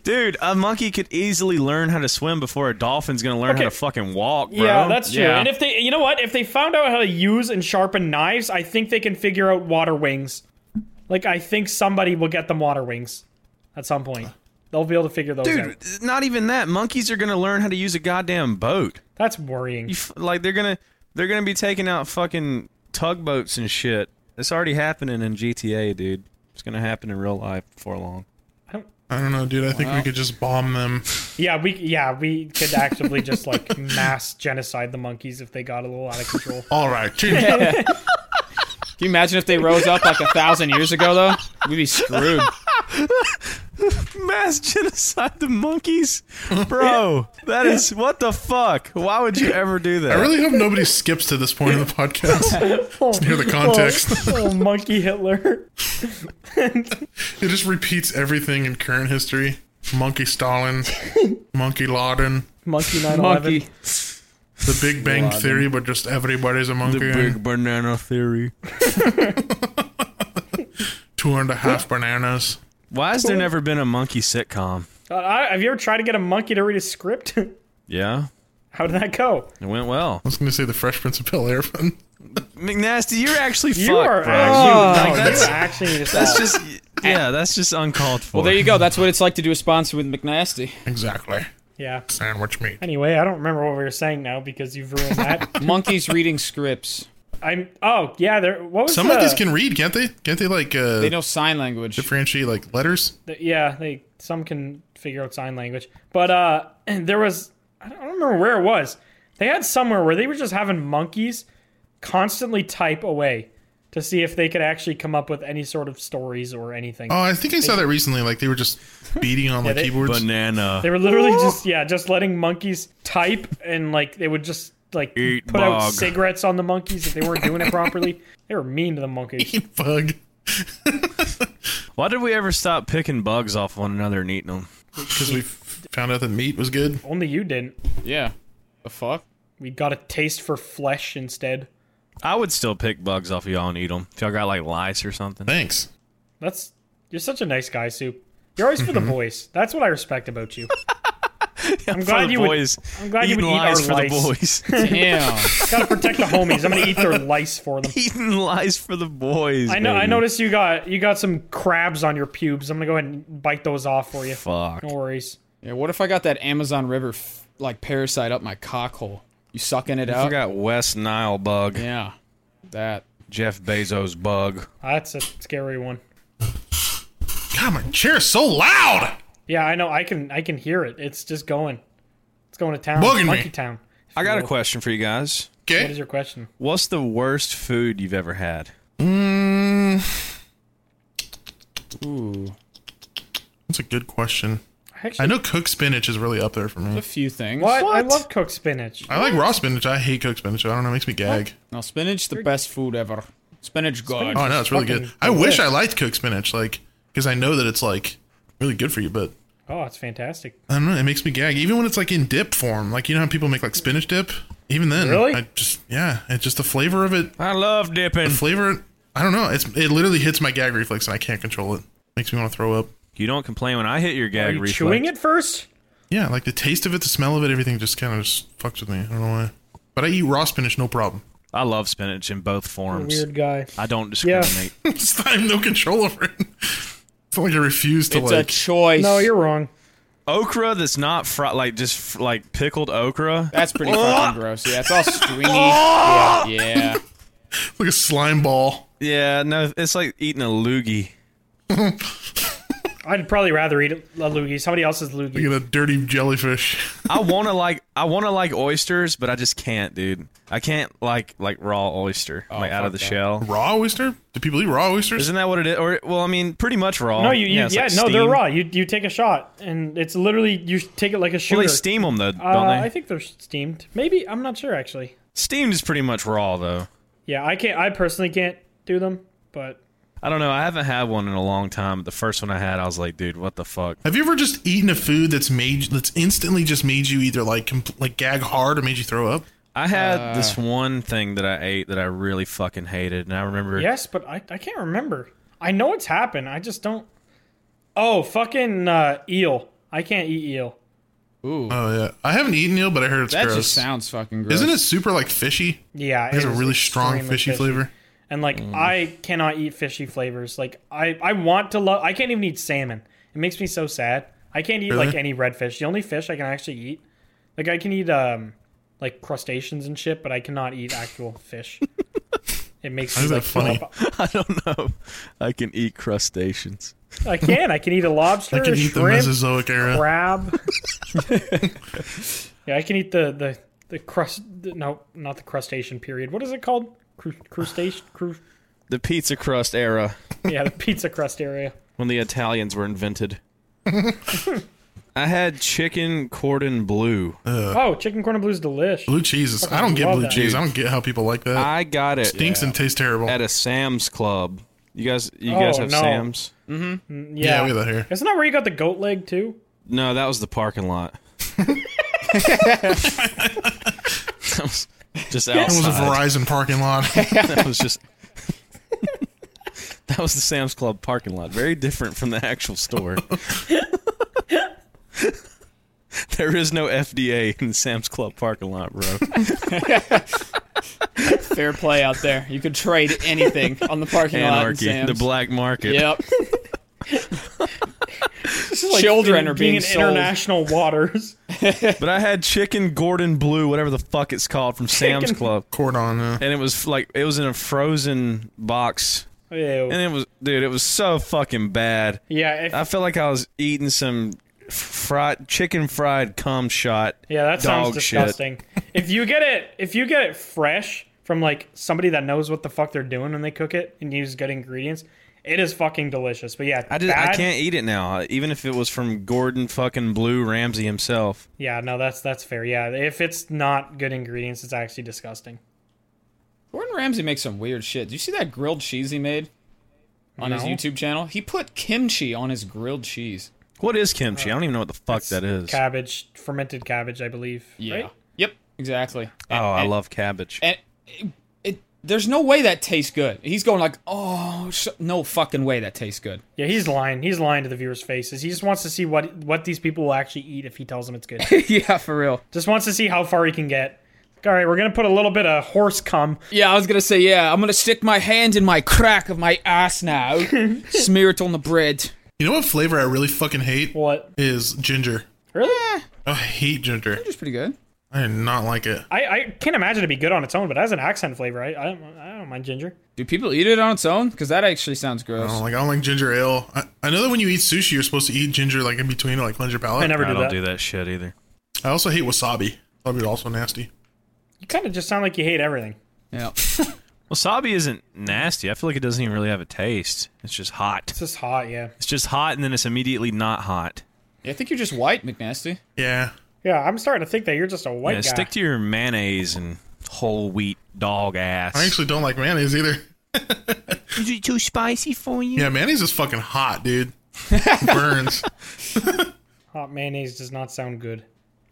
Speaker 2: Dude, a monkey could easily learn how to swim before a dolphin's gonna learn
Speaker 5: Okay.
Speaker 2: how to fucking walk, bro.
Speaker 5: Yeah, that's true.
Speaker 3: Yeah.
Speaker 5: And if they, you know what, if they found out how to use and sharpen knives, I think they can figure out water wings. Like, I think somebody will get them water wings at some point. They'll be able to figure those
Speaker 2: Dude,
Speaker 5: out.
Speaker 2: not even that. Monkeys are gonna learn how to use a goddamn boat.
Speaker 5: That's worrying.
Speaker 2: You f- like they're gonna they're gonna be taking out fucking tugboats and shit. It's already happening in GTA, dude. It's gonna happen in real life before long.
Speaker 1: I don't know, dude. I think we could just bomb them.
Speaker 5: Yeah, we yeah we could actively just like mass genocide the monkeys if they got a little out of control.
Speaker 1: All right, change-
Speaker 3: Can you imagine if they rose up like a thousand years ago, though? We'd be screwed.
Speaker 2: Mass genocide the monkeys, bro. that is what the fuck. Why would you ever do that?
Speaker 1: I really hope nobody skips to this point in the podcast. Hear the context.
Speaker 5: Oh, oh, monkey Hitler.
Speaker 1: It just repeats everything in current history. Monkey Stalin, Monkey Laden,
Speaker 5: Monkey 911.
Speaker 3: Monkey.
Speaker 1: The Big Bang Theory, but just everybody's a monkey. and
Speaker 2: banana theory.
Speaker 1: Two and a half bananas.
Speaker 2: Why has there never been a monkey sitcom?
Speaker 5: God, Uh, I, have you ever tried to get a monkey to read a script?
Speaker 2: Yeah,
Speaker 5: how did that go?
Speaker 2: it went well.
Speaker 1: I was going to say the Fresh Prince of Bel Air. but-
Speaker 2: McNasty, you're actually
Speaker 5: You
Speaker 2: fucked,
Speaker 5: are
Speaker 2: bro.
Speaker 5: actually,
Speaker 2: You- like,
Speaker 5: no,
Speaker 2: that's,
Speaker 5: you actually need to
Speaker 2: that's
Speaker 5: stop.
Speaker 2: just yeah, that's just uncalled for.
Speaker 3: Well, there you go. That's what it's like to do a sponsor with McNasty.
Speaker 1: Exactly.
Speaker 5: yeah.
Speaker 1: Sandwich meat.
Speaker 5: Anyway, I don't remember what we were saying now because you've ruined that.
Speaker 3: Monkeys reading scripts.
Speaker 5: I'm. Oh yeah, there. What was
Speaker 1: Some
Speaker 5: the,
Speaker 1: of these can read, can't they? Can't they, like, uh,
Speaker 3: They know sign language.
Speaker 1: differentiate, like, letters?
Speaker 5: the- yeah, they some can figure out sign language, but uh, there was I don't remember where it was. They had somewhere where they were just having monkeys constantly type away to see if they could actually come up with any sort of stories or anything.
Speaker 1: Oh, I think I saw that recently. Like, they were just beating on, like,
Speaker 5: they-
Speaker 1: keyboards.
Speaker 2: Banana.
Speaker 5: They were literally just yeah, just letting monkeys type and like they would just like
Speaker 2: Eat
Speaker 5: put out
Speaker 2: bog.
Speaker 5: cigarettes on the monkeys if they weren't doing it properly. They were mean to the monkeys.
Speaker 1: Bug.
Speaker 2: Why did we ever stop picking bugs off one another and eating them?
Speaker 1: Because we f- found out that meat was good.
Speaker 5: Only you didn't.
Speaker 3: Yeah. The fuck?
Speaker 5: We got a taste for flesh instead.
Speaker 2: I would still pick bugs off of y'all and eat them. If y'all got like lice or something.
Speaker 1: Thanks.
Speaker 5: That's you're such a nice guy, Soup. You're always for the boys. That's what I respect about you. I'm
Speaker 2: Mm-hmm. for
Speaker 5: glad
Speaker 2: the
Speaker 5: you would-
Speaker 2: boys.
Speaker 5: I'm glad you
Speaker 2: eating
Speaker 5: would eat our
Speaker 2: lice for
Speaker 5: lice.
Speaker 2: the boys.
Speaker 3: Damn.
Speaker 5: Gotta protect the homies. I'm gonna eat their lice for them.
Speaker 2: eating lice for the boys.
Speaker 5: I know. I
Speaker 2: baby.
Speaker 5: noticed you got you got some crabs on your pubes. I'm gonna go ahead and bite those off for you.
Speaker 2: Fuck.
Speaker 5: No worries.
Speaker 3: yeah, what if I got that Amazon River f- like parasite up my cock hole? You sucking it
Speaker 2: I
Speaker 3: out?
Speaker 2: forgot West Nile bug.
Speaker 3: Yeah. That.
Speaker 2: Jeff Bezos bug.
Speaker 5: That's a scary one.
Speaker 1: God, my chair's so loud.
Speaker 5: Yeah, I know. I can I can hear it. It's just going. It's going to town.
Speaker 1: Bugging me.
Speaker 5: Monkey town.
Speaker 2: I got a question for you guys.
Speaker 5: What is
Speaker 1: Okay.
Speaker 5: your question?
Speaker 2: What's the worst food you've ever had?
Speaker 1: Mm,
Speaker 3: Ooh.
Speaker 1: That's a good question.
Speaker 5: I
Speaker 1: I
Speaker 5: Actually,
Speaker 1: know cooked spinach is really up there for
Speaker 3: A
Speaker 1: me.
Speaker 3: few things.
Speaker 5: what? I
Speaker 2: What?
Speaker 5: love cooked spinach.
Speaker 1: I like raw spinach. I hate cooked spinach. I don't know. It makes me gag.
Speaker 3: Now, spinach, the best food ever. Spinach god.
Speaker 1: Oh, no, it's really
Speaker 5: fucking
Speaker 1: good. I wish I liked cooked spinach, like, because I know that it's, like, really good for you, but
Speaker 5: Oh, it's fantastic.
Speaker 1: I don't know. It makes me gag. Even when it's, like, in dip form. Like, you know how people make, like, spinach dip? Even then.
Speaker 5: Really?
Speaker 1: I just, yeah. It's just the flavor of it.
Speaker 2: I love dipping.
Speaker 1: Flavor, I don't know. It's It literally hits my gag reflex and I can't control it. Makes me want to throw up.
Speaker 2: You don't complain when I hit your
Speaker 5: Are
Speaker 2: gag
Speaker 5: you
Speaker 2: reflex.
Speaker 5: chewing it first?
Speaker 1: Yeah, like, the taste of it, the smell of it, everything just kind of just fucks with me. I don't know why. But I eat raw spinach, no problem.
Speaker 2: I love spinach in both forms.
Speaker 5: Weird guy.
Speaker 2: I don't discriminate.
Speaker 1: Just- I have no control over it. It's not like I refuse to,
Speaker 3: It's a
Speaker 1: like,
Speaker 3: choice.
Speaker 5: No, you're wrong.
Speaker 2: okra that's not fried, like just fr- like pickled okra.
Speaker 3: That's pretty fucking gross. Yeah, it's all stringy. yeah. yeah.
Speaker 1: like a slime ball.
Speaker 2: Yeah, no, it's like eating a loogie.
Speaker 5: I'd probably rather eat a loogie, somebody else's loogie.
Speaker 1: Look at a dirty jellyfish.
Speaker 2: I want to like I want to like oysters, but I just can't, dude. I can't like like raw oyster, like out of the
Speaker 3: fuck that.
Speaker 2: shell.
Speaker 1: Raw oyster? Do people eat raw oysters?
Speaker 2: Isn't that what it is? Or well, I mean, pretty much raw.
Speaker 5: No, you, you yeah,
Speaker 2: it's like
Speaker 5: no, they're
Speaker 2: steamed.
Speaker 5: raw. You you take a shot, and it's literally you take it like a shooter.
Speaker 2: Well, they steam them though, don't
Speaker 5: Uh,
Speaker 2: they?
Speaker 5: I think they're steamed. Maybe I'm not sure actually.
Speaker 2: Steamed is pretty much raw though.
Speaker 5: Yeah, I can't. I personally can't do them, but
Speaker 2: I don't know. I haven't had one in a long time. The first one I had, I was like, dude, what the fuck?
Speaker 1: Have you ever just eaten a food that's made that's instantly just made you either like compl- like gag hard or made you throw up?
Speaker 2: I had
Speaker 5: Uh,
Speaker 2: this one thing that I ate that I really fucking hated, and I remember.
Speaker 5: yes, but I I can't remember. I know it's happened. I just don't. Oh, fucking uh, eel! I can't eat eel.
Speaker 1: Oh yeah, I haven't eaten eel, but I heard it's
Speaker 3: That
Speaker 1: gross.
Speaker 3: just sounds fucking gross.
Speaker 1: Isn't it super like fishy?
Speaker 5: Yeah,
Speaker 1: It has a really strong
Speaker 5: extremely
Speaker 1: fishy, flavor.
Speaker 5: And like,
Speaker 1: Mm.
Speaker 5: I cannot eat fishy flavors. Like, I I want to love. I can't even eat salmon. It makes me so sad. I can't eat like
Speaker 1: Really?
Speaker 5: any red fish. The only fish I can actually eat, like I can eat um like crustaceans and shit, but I cannot eat actual fish. It makes me
Speaker 1: is that
Speaker 5: like throw
Speaker 1: funny?
Speaker 5: up.
Speaker 2: I don't know. I can eat crustaceans.
Speaker 5: I can. I can eat a lobster,
Speaker 1: I can
Speaker 5: a
Speaker 1: eat the
Speaker 5: shrimp,
Speaker 1: Mesozoic era.
Speaker 5: crab. yeah, I can eat the the the crust. The, no, not the crustacean period. What is it called? Cru- crustacean. Cru-
Speaker 2: The pizza crust era
Speaker 5: yeah, the pizza crust area.
Speaker 2: when the Italians were invented. I had chicken cordon bleu.
Speaker 1: Uh,
Speaker 5: Oh, chicken corn and blue is delish.
Speaker 1: Blue cheese. Is, I
Speaker 5: Fucking
Speaker 1: don't get
Speaker 5: love
Speaker 1: blue
Speaker 5: that.
Speaker 1: cheese. I don't get how people like that.
Speaker 2: I got it
Speaker 1: Stinks and tastes terrible.
Speaker 2: at a Sam's Club. You guys, you guys
Speaker 5: Oh,
Speaker 2: have
Speaker 5: no.
Speaker 2: Sam's?
Speaker 1: yeah,
Speaker 5: yeah,
Speaker 1: we have that here.
Speaker 5: isn't that where you got the goat leg too?
Speaker 2: No, that was the parking lot. that was just
Speaker 1: It was a
Speaker 2: outside.
Speaker 1: Verizon parking lot.
Speaker 2: that was just that was the Sam's Club parking lot. Very different from the actual store. there is no FDA in the Sam's Club parking lot, bro.
Speaker 3: Fair play out there. You could trade anything on the parking lot.
Speaker 2: Anarchy,
Speaker 3: in
Speaker 2: the
Speaker 3: Sam's.
Speaker 2: black market.
Speaker 3: Yep. Children are being
Speaker 5: in
Speaker 3: sold.
Speaker 5: international waters.
Speaker 2: But I had chicken Gordon Blue, whatever the fuck it's called, from Sam's
Speaker 5: Chicken-
Speaker 2: Club,
Speaker 1: Cordon. Uh,
Speaker 2: and it was like it was in a frozen box,
Speaker 5: Ew.
Speaker 2: and it was dude, it was so fucking bad.
Speaker 5: Yeah, if,
Speaker 2: I felt like I was eating some fried chicken fried cum shot.
Speaker 5: yeah, that sounds
Speaker 2: dog shit.
Speaker 5: disgusting. if you get it, if you get it fresh from like somebody that knows what the fuck they're doing when they cook it and use good ingredients, it is fucking delicious. But yeah,
Speaker 2: I just I
Speaker 5: bad-
Speaker 2: can't eat it now. uh, Even if it was from Gordon fucking Blue Ramsey himself.
Speaker 5: Yeah, no, that's that's fair. Yeah, if it's not good ingredients, it's actually disgusting.
Speaker 3: Gordon Ramsay makes some weird shit. Did you see that grilled cheese he made on his
Speaker 5: No.
Speaker 3: YouTube channel? He put kimchi on his grilled cheese.
Speaker 2: What is kimchi?
Speaker 5: Uh,
Speaker 2: I don't even know what the fuck that is.
Speaker 5: Cabbage, fermented cabbage, I believe.
Speaker 3: Yeah.
Speaker 5: Right?
Speaker 3: Yep. Exactly.
Speaker 2: oh, I love cabbage.
Speaker 3: And it, it, there's no way that tastes good. He's going like, oh, sh- no fucking way that tastes good.
Speaker 5: Yeah, he's lying. He's lying to the viewers' faces. He just wants to see what what these people will actually eat if he tells them it's good.
Speaker 3: yeah, for real.
Speaker 5: just wants to see how far he can get. All right, we're gonna put a little bit of horse cum.
Speaker 3: Yeah, I was gonna say, yeah, I'm gonna stick my hand in my crack of my ass now, smear it on the bread.
Speaker 1: you know what flavor I really fucking hate
Speaker 5: What?
Speaker 1: is ginger.
Speaker 5: Really?
Speaker 1: I hate ginger.
Speaker 3: It's pretty good.
Speaker 1: I do not like it.
Speaker 5: I, I can't imagine it'd be good on its own, but as an accent flavor, I I don't, I don't mind ginger.
Speaker 3: Do people eat it on its own? Because that actually sounds gross.
Speaker 1: I don't like. I don't like ginger ale. I, I know that when you eat sushi, you're supposed to eat ginger like in between to like cleanse your palate.
Speaker 5: I never
Speaker 2: I
Speaker 5: do
Speaker 2: don't
Speaker 5: that.
Speaker 2: do that shit either.
Speaker 1: I also hate wasabi. Wasabi is also nasty.
Speaker 5: You kind of just sound like you hate everything.
Speaker 3: Yeah.
Speaker 2: Wasabi isn't nasty. I feel like it doesn't even really have a taste. It's just hot.
Speaker 5: It's just hot, yeah.
Speaker 2: It's just hot and then it's immediately not hot.
Speaker 3: yeah, I think you're just white, McNasty.
Speaker 1: Yeah.
Speaker 5: Yeah, I'm starting to think that you're just a white
Speaker 2: Yeah,
Speaker 5: guy.
Speaker 2: stick to your mayonnaise and whole wheat dog ass.
Speaker 1: I actually don't like mayonnaise either.
Speaker 2: Is it too spicy for you?
Speaker 1: Yeah, mayonnaise is fucking hot, dude. It burns.
Speaker 5: hot mayonnaise does not sound good.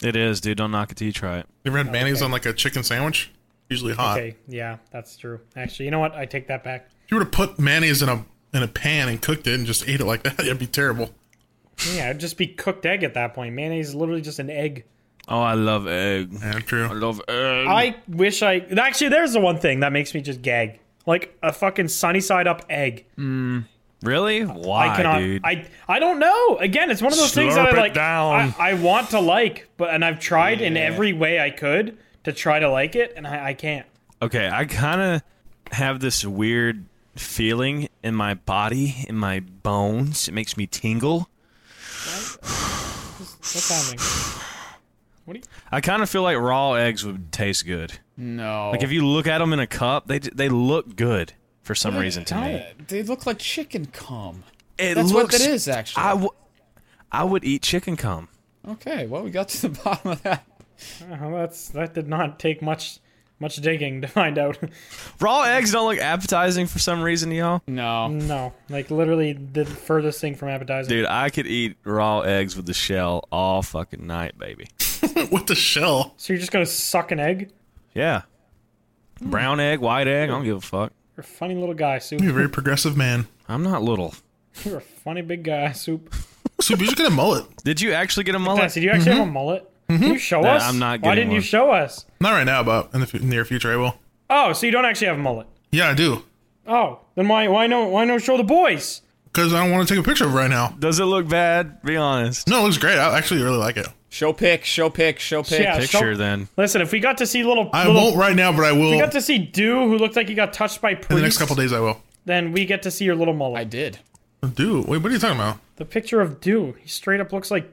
Speaker 2: It is, dude. Don't knock it till you try it.
Speaker 1: You ever had mayonnaise on like a chicken sandwich? Usually
Speaker 2: Uh.
Speaker 1: hot.
Speaker 5: Okay, yeah, that's true. Actually, you know what? I take that back.
Speaker 1: If you were to put mayonnaise in a in a pan and cooked it and just ate it like that, it'd be terrible.
Speaker 5: Yeah, it'd just be cooked egg at that point. Mayonnaise is literally just an egg.
Speaker 2: Oh, I love egg.
Speaker 1: Yeah,
Speaker 2: I
Speaker 1: true.
Speaker 2: love egg.
Speaker 5: I wish I actually. There's the one thing that makes me just gag, like a fucking sunny side up egg.
Speaker 2: really? Why,
Speaker 5: I cannot.
Speaker 2: dude?
Speaker 5: I I don't know. Again, it's one of those things that
Speaker 2: Slurp
Speaker 5: I
Speaker 2: it
Speaker 5: like.
Speaker 2: down.
Speaker 5: I, I want to like, but and I've tried in every way I could to try to like it, and I, I can't.
Speaker 2: Okay, I kind of have this weird feeling in my body, in my bones. It makes me tingle.
Speaker 5: What's happening?
Speaker 2: I kind of feel like raw eggs would taste good.
Speaker 3: No.
Speaker 2: Like if you look at them in a cup, they j- they look good for some reason to me.
Speaker 3: Uh, They look like chicken cum.
Speaker 2: It
Speaker 3: That's what
Speaker 2: looks-
Speaker 3: it is, actually.
Speaker 2: I, w- I would eat chicken cum.
Speaker 3: Okay, well, we got to the bottom of that.
Speaker 5: Well, Uh-huh, that's that did not take much much digging to find out.
Speaker 2: Raw eggs don't look appetizing for some reason, y'all.
Speaker 3: No.
Speaker 5: no, like literally the furthest thing from appetizing.
Speaker 2: Dude, I could eat raw eggs with the shell all fucking night, baby.
Speaker 1: with the shell.
Speaker 5: So you're just gonna suck an egg?
Speaker 2: Yeah.
Speaker 3: Hmm.
Speaker 2: Brown egg, white egg, I don't give a fuck.
Speaker 5: You're a funny little guy, soup.
Speaker 1: You're a very progressive man.
Speaker 2: I'm not little.
Speaker 5: You're a funny big guy, soup.
Speaker 1: So you should get a mullet.
Speaker 2: Did you actually get a mullet?
Speaker 5: Nancy, do you actually
Speaker 1: Mm-hmm.
Speaker 5: have a mullet? Can you show
Speaker 2: Nah,
Speaker 5: us?
Speaker 2: I'm not
Speaker 5: Why
Speaker 2: getting
Speaker 5: didn't you
Speaker 2: one.
Speaker 5: show us?
Speaker 1: Not right now, but in the fu- near future, I will.
Speaker 5: Oh, so you don't actually have a mullet?
Speaker 1: Yeah, I do.
Speaker 5: Oh, then why why no why no show the boys?
Speaker 1: Because I don't want to take a picture of it right now.
Speaker 2: Does it look bad? Be honest.
Speaker 1: No, it looks great. I actually really like it.
Speaker 3: Show pick, show pick, show pick.
Speaker 5: Yeah,
Speaker 2: Picture
Speaker 5: show-
Speaker 2: then.
Speaker 5: Listen, if we got to see little,
Speaker 1: I
Speaker 5: little
Speaker 1: won't right now, but I will.
Speaker 5: we got
Speaker 1: In
Speaker 5: to see Dew, who looked like he got touched by priest.
Speaker 1: the next couple days, I will.
Speaker 5: Then we get to see your little mullet.
Speaker 3: I did.
Speaker 1: Dude, wait, what are you talking about?
Speaker 5: The picture of Dew, he straight up looks like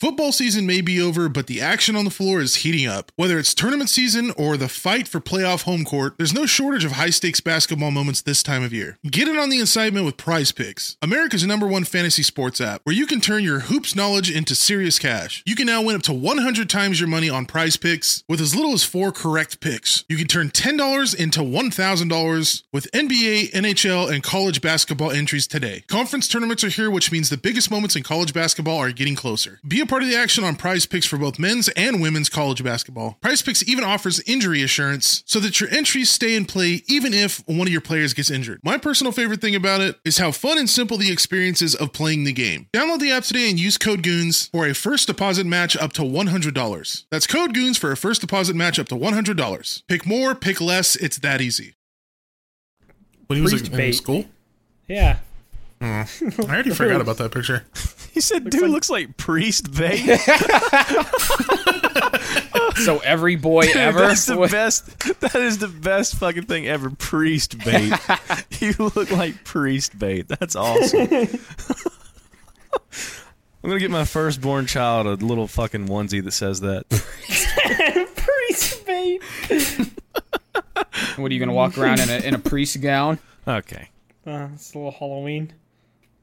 Speaker 1: Football season may be over, but the action on the floor is heating up. Whether it's tournament season or the fight for playoff home court, there's no shortage of high stakes basketball moments this time of year. Get in on the excitement with Prize Picks, America's number one fantasy sports app, where you can turn your hoops knowledge into serious cash. You can now win up to 100 times your money on Prize Picks with as little as four correct picks. You can turn $10 into $1,000 with NBA, NHL, and college basketball entries today. Conference tournaments are here, which means the biggest moments in college basketball are getting closer. Be a part of the action on prize picks for both men's and women's college basketball. Prize picks even offers injury assurance so that your entries stay in play even if one of your players gets injured. My personal favorite thing about it is how fun and simple the experience is of playing the game. Download the app today and use code GOONS for a first deposit match up to $100. That's code GOONS for a first deposit match up to $100. Pick more, pick less, it's that easy. When he
Speaker 5: was, Priest like, in bait.
Speaker 1: school?
Speaker 5: yeah.
Speaker 1: I already forgot about that picture.
Speaker 2: He said, dude looks like priest bait.
Speaker 3: So every boy
Speaker 2: Dude,
Speaker 3: ever.
Speaker 2: That's the
Speaker 3: was-
Speaker 2: best. That is the best fucking thing ever. Priest bait. you look like priest bait. That's awesome. I'm gonna get my firstborn child a little fucking onesie that says that.
Speaker 5: Priest bait.
Speaker 3: What are you gonna walk around in a in a priest gown?
Speaker 2: Okay,
Speaker 5: Uh, it's a little Halloween, a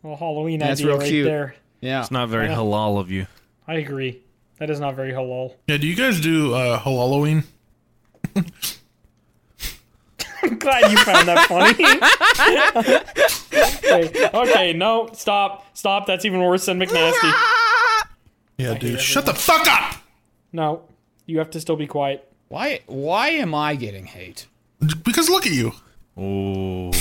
Speaker 5: little Halloween
Speaker 3: That's
Speaker 5: idea
Speaker 3: real
Speaker 5: right
Speaker 3: cute.
Speaker 5: there.
Speaker 3: Yeah.
Speaker 2: it's not very halal of you.
Speaker 5: I agree. That is not very halal.
Speaker 1: Yeah, do you guys do uh, Halloween?
Speaker 5: I'm glad you found that funny. okay, okay, no, stop, stop. That's even worse than McNasty.
Speaker 1: Yeah, dude. Shut the fuck up!
Speaker 5: No, you have to still be quiet.
Speaker 3: Why why am I getting hate?
Speaker 1: Because look at you.
Speaker 2: Oh,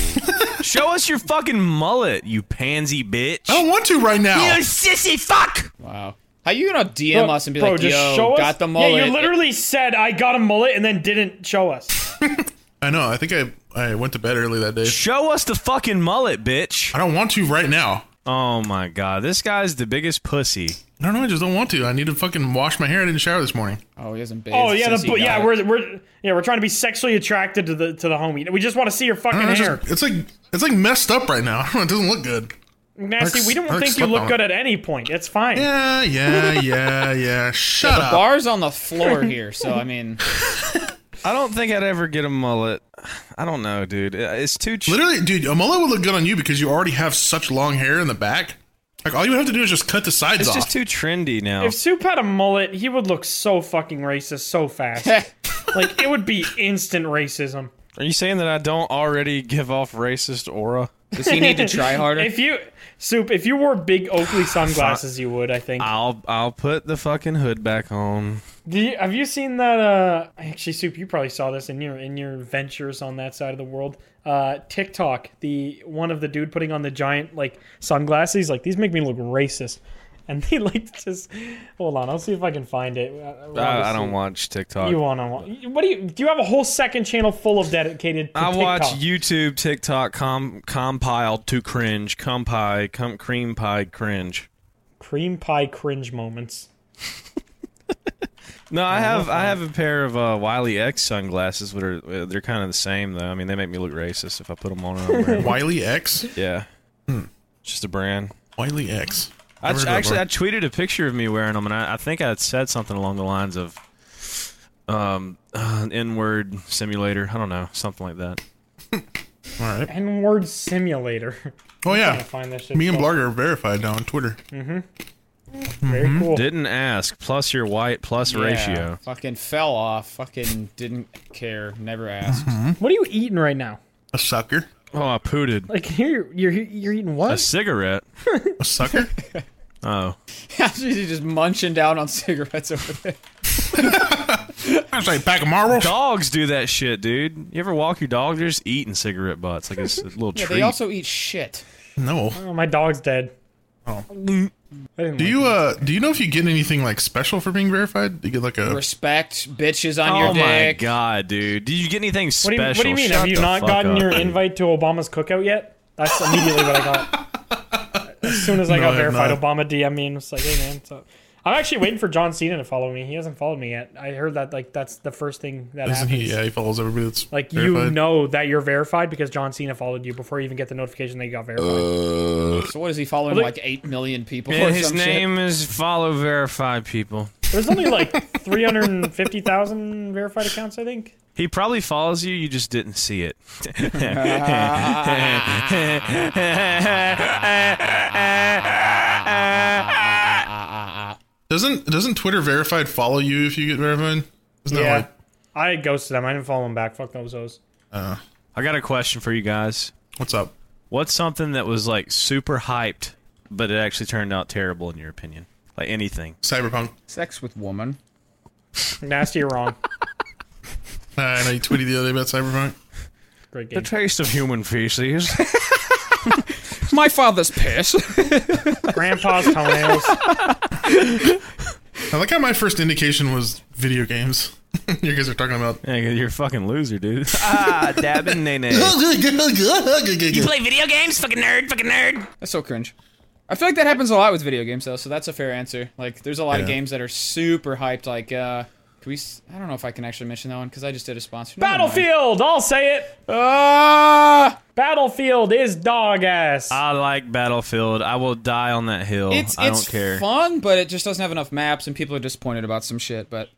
Speaker 2: show us your fucking mullet, you pansy bitch.
Speaker 1: I don't want to right now.
Speaker 2: sissy fuck.
Speaker 3: Wow. Oh. How you gonna DM
Speaker 5: Bro,
Speaker 3: us and be
Speaker 5: bro,
Speaker 3: like,
Speaker 5: just
Speaker 3: yo,
Speaker 5: show us-
Speaker 3: got the mullet?
Speaker 5: Yeah, you literally said I got a mullet and then didn't show us.
Speaker 1: I know. I think I, I went to bed early that day.
Speaker 2: Show us the fucking mullet, bitch.
Speaker 1: I don't want to right now.
Speaker 2: Oh my god, this guy's the biggest pussy.
Speaker 1: I don't know. I just don't want to. I need to fucking wash my hair. I didn't shower this morning.
Speaker 3: oh, he hasn't bathed.
Speaker 5: Oh yeah,
Speaker 3: since
Speaker 5: the,
Speaker 3: he
Speaker 5: bu-
Speaker 3: got
Speaker 5: yeah,
Speaker 3: it.
Speaker 5: we're, we're yeah we're trying to be sexually attracted to the to the homie. We just want to see your fucking
Speaker 1: I don't know, it's,
Speaker 5: hair.
Speaker 1: just- it's like it's like messed up right now. I don't know, it doesn't look good.
Speaker 5: Nasty.
Speaker 1: Eric's-
Speaker 5: We don't
Speaker 1: Eric's
Speaker 5: think you
Speaker 1: slept
Speaker 5: look
Speaker 1: on
Speaker 5: good
Speaker 1: it.
Speaker 5: at any point. It's fine.
Speaker 1: Yeah, yeah, yeah, yeah. Shut
Speaker 3: the
Speaker 1: up.
Speaker 3: bar's on the floor here, so I mean,
Speaker 2: I don't think I'd ever get a mullet. I don't know, dude. It's too cheap.
Speaker 1: Literally, dude, a mullet would look good on you because you already have such long hair in the back. Like all you would have to do is just cut the sides
Speaker 2: It's
Speaker 1: off.
Speaker 2: just too trendy now.
Speaker 5: If Soup had a mullet, he would look so fucking racist so fast. like it would be instant racism.
Speaker 2: Are you saying that I don't already give off racist aura?
Speaker 3: does he need to try harder?
Speaker 5: If you Soup, if you wore big Oakley sunglasses, you would. I think.
Speaker 2: I'll I'll put the fucking hood back on.
Speaker 5: Do you, have you seen that? Uh, actually, Soup, you probably saw this in your in your ventures on that side of the world. Uh, TikTok, the one of the dude putting on the giant like sunglasses, like these make me look racist. and they like to just hold on. I'll see if I can find it.
Speaker 2: I,
Speaker 5: Uh,
Speaker 2: I don't
Speaker 5: obviously-
Speaker 2: watch TikTok.
Speaker 5: You want to? What do you? Do you have a whole second channel full of dedicated? To
Speaker 2: I watch
Speaker 5: TikTok?
Speaker 2: YouTube, TikTok, com, compiled to cringe, compie, com, cream pie, cringe.
Speaker 5: cream pie cringe moments.
Speaker 2: No,
Speaker 5: Oh,
Speaker 2: I have I have a pair of uh, Wiley X sunglasses. What are uh, they're kind of the same though. I mean, they make me look racist if I put them on. and I'm wearing 'em.
Speaker 1: Wiley X.
Speaker 2: yeah, it's just a brand.
Speaker 1: Wiley X.
Speaker 2: I
Speaker 1: Hmm. Never heard of
Speaker 2: actually
Speaker 1: her.
Speaker 2: I tweeted a picture of me wearing them, and I, I think I had said something along the lines of um, uh, "n-word simulator." I don't know, something like that.
Speaker 1: All right.
Speaker 5: N word simulator.
Speaker 1: Oh
Speaker 5: I
Speaker 1: yeah.
Speaker 5: find this shit. Hmm.
Speaker 1: Me and
Speaker 5: cool.
Speaker 1: Blarger are verified now on Twitter.
Speaker 5: Very
Speaker 1: mm-hmm.
Speaker 5: cool.
Speaker 2: Didn't ask. Plus your white. Plus ratio.
Speaker 3: Fucking fell off. Fucking didn't care. Never asked.
Speaker 5: What are you eating right now?
Speaker 1: A sucker.
Speaker 2: Oh, I pooted
Speaker 5: Like here, you're you're eating
Speaker 2: a
Speaker 5: what?
Speaker 2: cigarette.
Speaker 1: A sucker.
Speaker 2: Oh,
Speaker 3: She's just munching down on cigarettes over there.
Speaker 1: I was like pack of marbles.
Speaker 2: dogs do that shit, dude. You ever walk your dog? They're just eating cigarette butts like it's a little
Speaker 3: Yeah,
Speaker 2: treat.
Speaker 3: they also eat shit.
Speaker 1: No.
Speaker 5: Oh, my dog's dead. Oh.
Speaker 1: Do you uh do you know if you get anything like special for being verified? Do you get like a
Speaker 3: Respect bitches on your
Speaker 2: Oh my
Speaker 3: dick.
Speaker 2: god, dude! Did you get anything
Speaker 5: What do
Speaker 2: special?
Speaker 5: you, what do you mean?
Speaker 2: Shut
Speaker 5: Have you
Speaker 2: the
Speaker 5: not
Speaker 2: fuck
Speaker 5: gotten
Speaker 2: up,
Speaker 5: your
Speaker 2: dude.
Speaker 5: invite to Obama's cookout yet? That's immediately what I got. As soon as I
Speaker 1: No, I
Speaker 5: got
Speaker 1: have
Speaker 5: verified,
Speaker 1: not.
Speaker 5: Obama DM me and was like, "Hey man, what's up?" I'm actually waiting for John Cena to follow me. He hasn't followed me yet. I heard that like that's the first thing that
Speaker 1: isn't
Speaker 5: happens.
Speaker 1: he yeah, he follows everybody that's
Speaker 5: Like you
Speaker 1: verified.
Speaker 5: know that you're verified because John Cena followed you before you even get the notification that you got verified.
Speaker 3: So what is he following?
Speaker 5: Well,
Speaker 3: like eight million people. or
Speaker 2: Man, his
Speaker 3: some shit?
Speaker 2: name is follow verified people.
Speaker 5: There's only like 350,000 verified accounts, I think.
Speaker 2: He probably follows you. You just didn't see it.
Speaker 1: Doesn't doesn't Twitter verified follow you if you get verified? Isn't that like
Speaker 5: I ghosted them. I didn't follow them back. Fuck those hoes.
Speaker 2: I got a question for you guys.
Speaker 1: what's up?
Speaker 2: What's something that was like super hyped, but it actually turned out terrible in your opinion? Like anything?
Speaker 1: Cyberpunk.
Speaker 3: Sex with woman.
Speaker 5: Nasty or wrong.
Speaker 1: Uh, I know you tweeted the other day about Cyberpunk.
Speaker 5: Great game.
Speaker 2: The taste of human feces.
Speaker 3: My father's piss.
Speaker 5: Grandpa's toenails.
Speaker 1: I like how my first indication was video games. you guys are talking about
Speaker 2: Yeah, you're a fucking loser, dude. ah, dabbing nene.
Speaker 3: that's so cringe. I feel like that happens a lot with video games though, so that's a fair answer. Like there's a lot of
Speaker 1: Yeah.
Speaker 3: games that are super hyped. Like uh, can we? s- I don't know if I can actually mention that one because I just did a sponsor. Never mind.
Speaker 5: Battlefield! I'll say it!
Speaker 3: Ah!
Speaker 5: Battlefield is dog ass.
Speaker 2: I like Battlefield. I will die on that hill.
Speaker 3: it's
Speaker 2: I
Speaker 3: it's
Speaker 2: don't care.
Speaker 3: fun, but it just doesn't have enough maps, and people are disappointed about some shit. But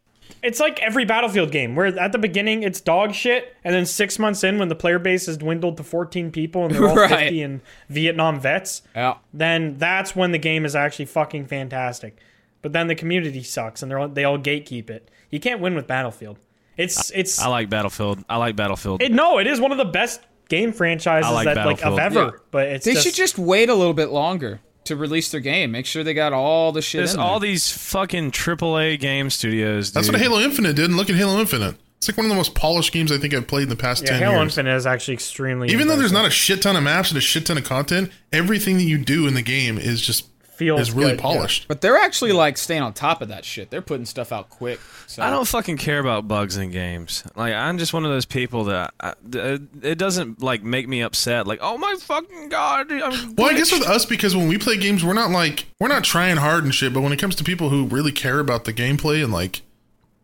Speaker 5: It's like every Battlefield game, where at the beginning it's dog shit, and then six months in, when the player base has dwindled to 14 people and they're all
Speaker 3: Right.
Speaker 5: 50 and Vietnam vets,
Speaker 3: yeah,
Speaker 5: then that's when the game is actually fucking fantastic. But then the community sucks, and they all they all gatekeep it. You can't win with Battlefield. It's it's
Speaker 2: I like Battlefield. I like Battlefield.
Speaker 5: it, no, it is one of the best game franchises
Speaker 2: I like
Speaker 5: that like of
Speaker 2: Battlefield.
Speaker 5: ever.
Speaker 3: Yeah.
Speaker 5: But it's
Speaker 3: they
Speaker 5: just,
Speaker 3: should just wait a little bit longer to release their game. Make sure they got all the shit.
Speaker 2: There's
Speaker 3: in
Speaker 2: all
Speaker 3: there.
Speaker 2: these fucking AAA game studios. Dude.
Speaker 1: That's what Halo Infinite did. And look at Halo Infinite. It's like one of the most polished games I think I've played in the past
Speaker 5: yeah,
Speaker 1: ten
Speaker 5: Halo
Speaker 1: years.
Speaker 5: Infinite is actually extremely
Speaker 1: Even though there's not a shit ton of maps and a shit ton of content, everything that you do in the game is just
Speaker 5: feels
Speaker 1: is really
Speaker 5: good, yeah.
Speaker 1: polished.
Speaker 3: But they're actually like staying on top of that shit. They're putting stuff out quick. So
Speaker 2: I don't fucking care about bugs in games. Like I'm just one of those people that I, th- it doesn't like make me upset. Like oh my fucking god. I'm
Speaker 1: Well, I guess with us because when we play games, we're not like we're not trying hard and shit. But when it comes to people who really care about the gameplay and like,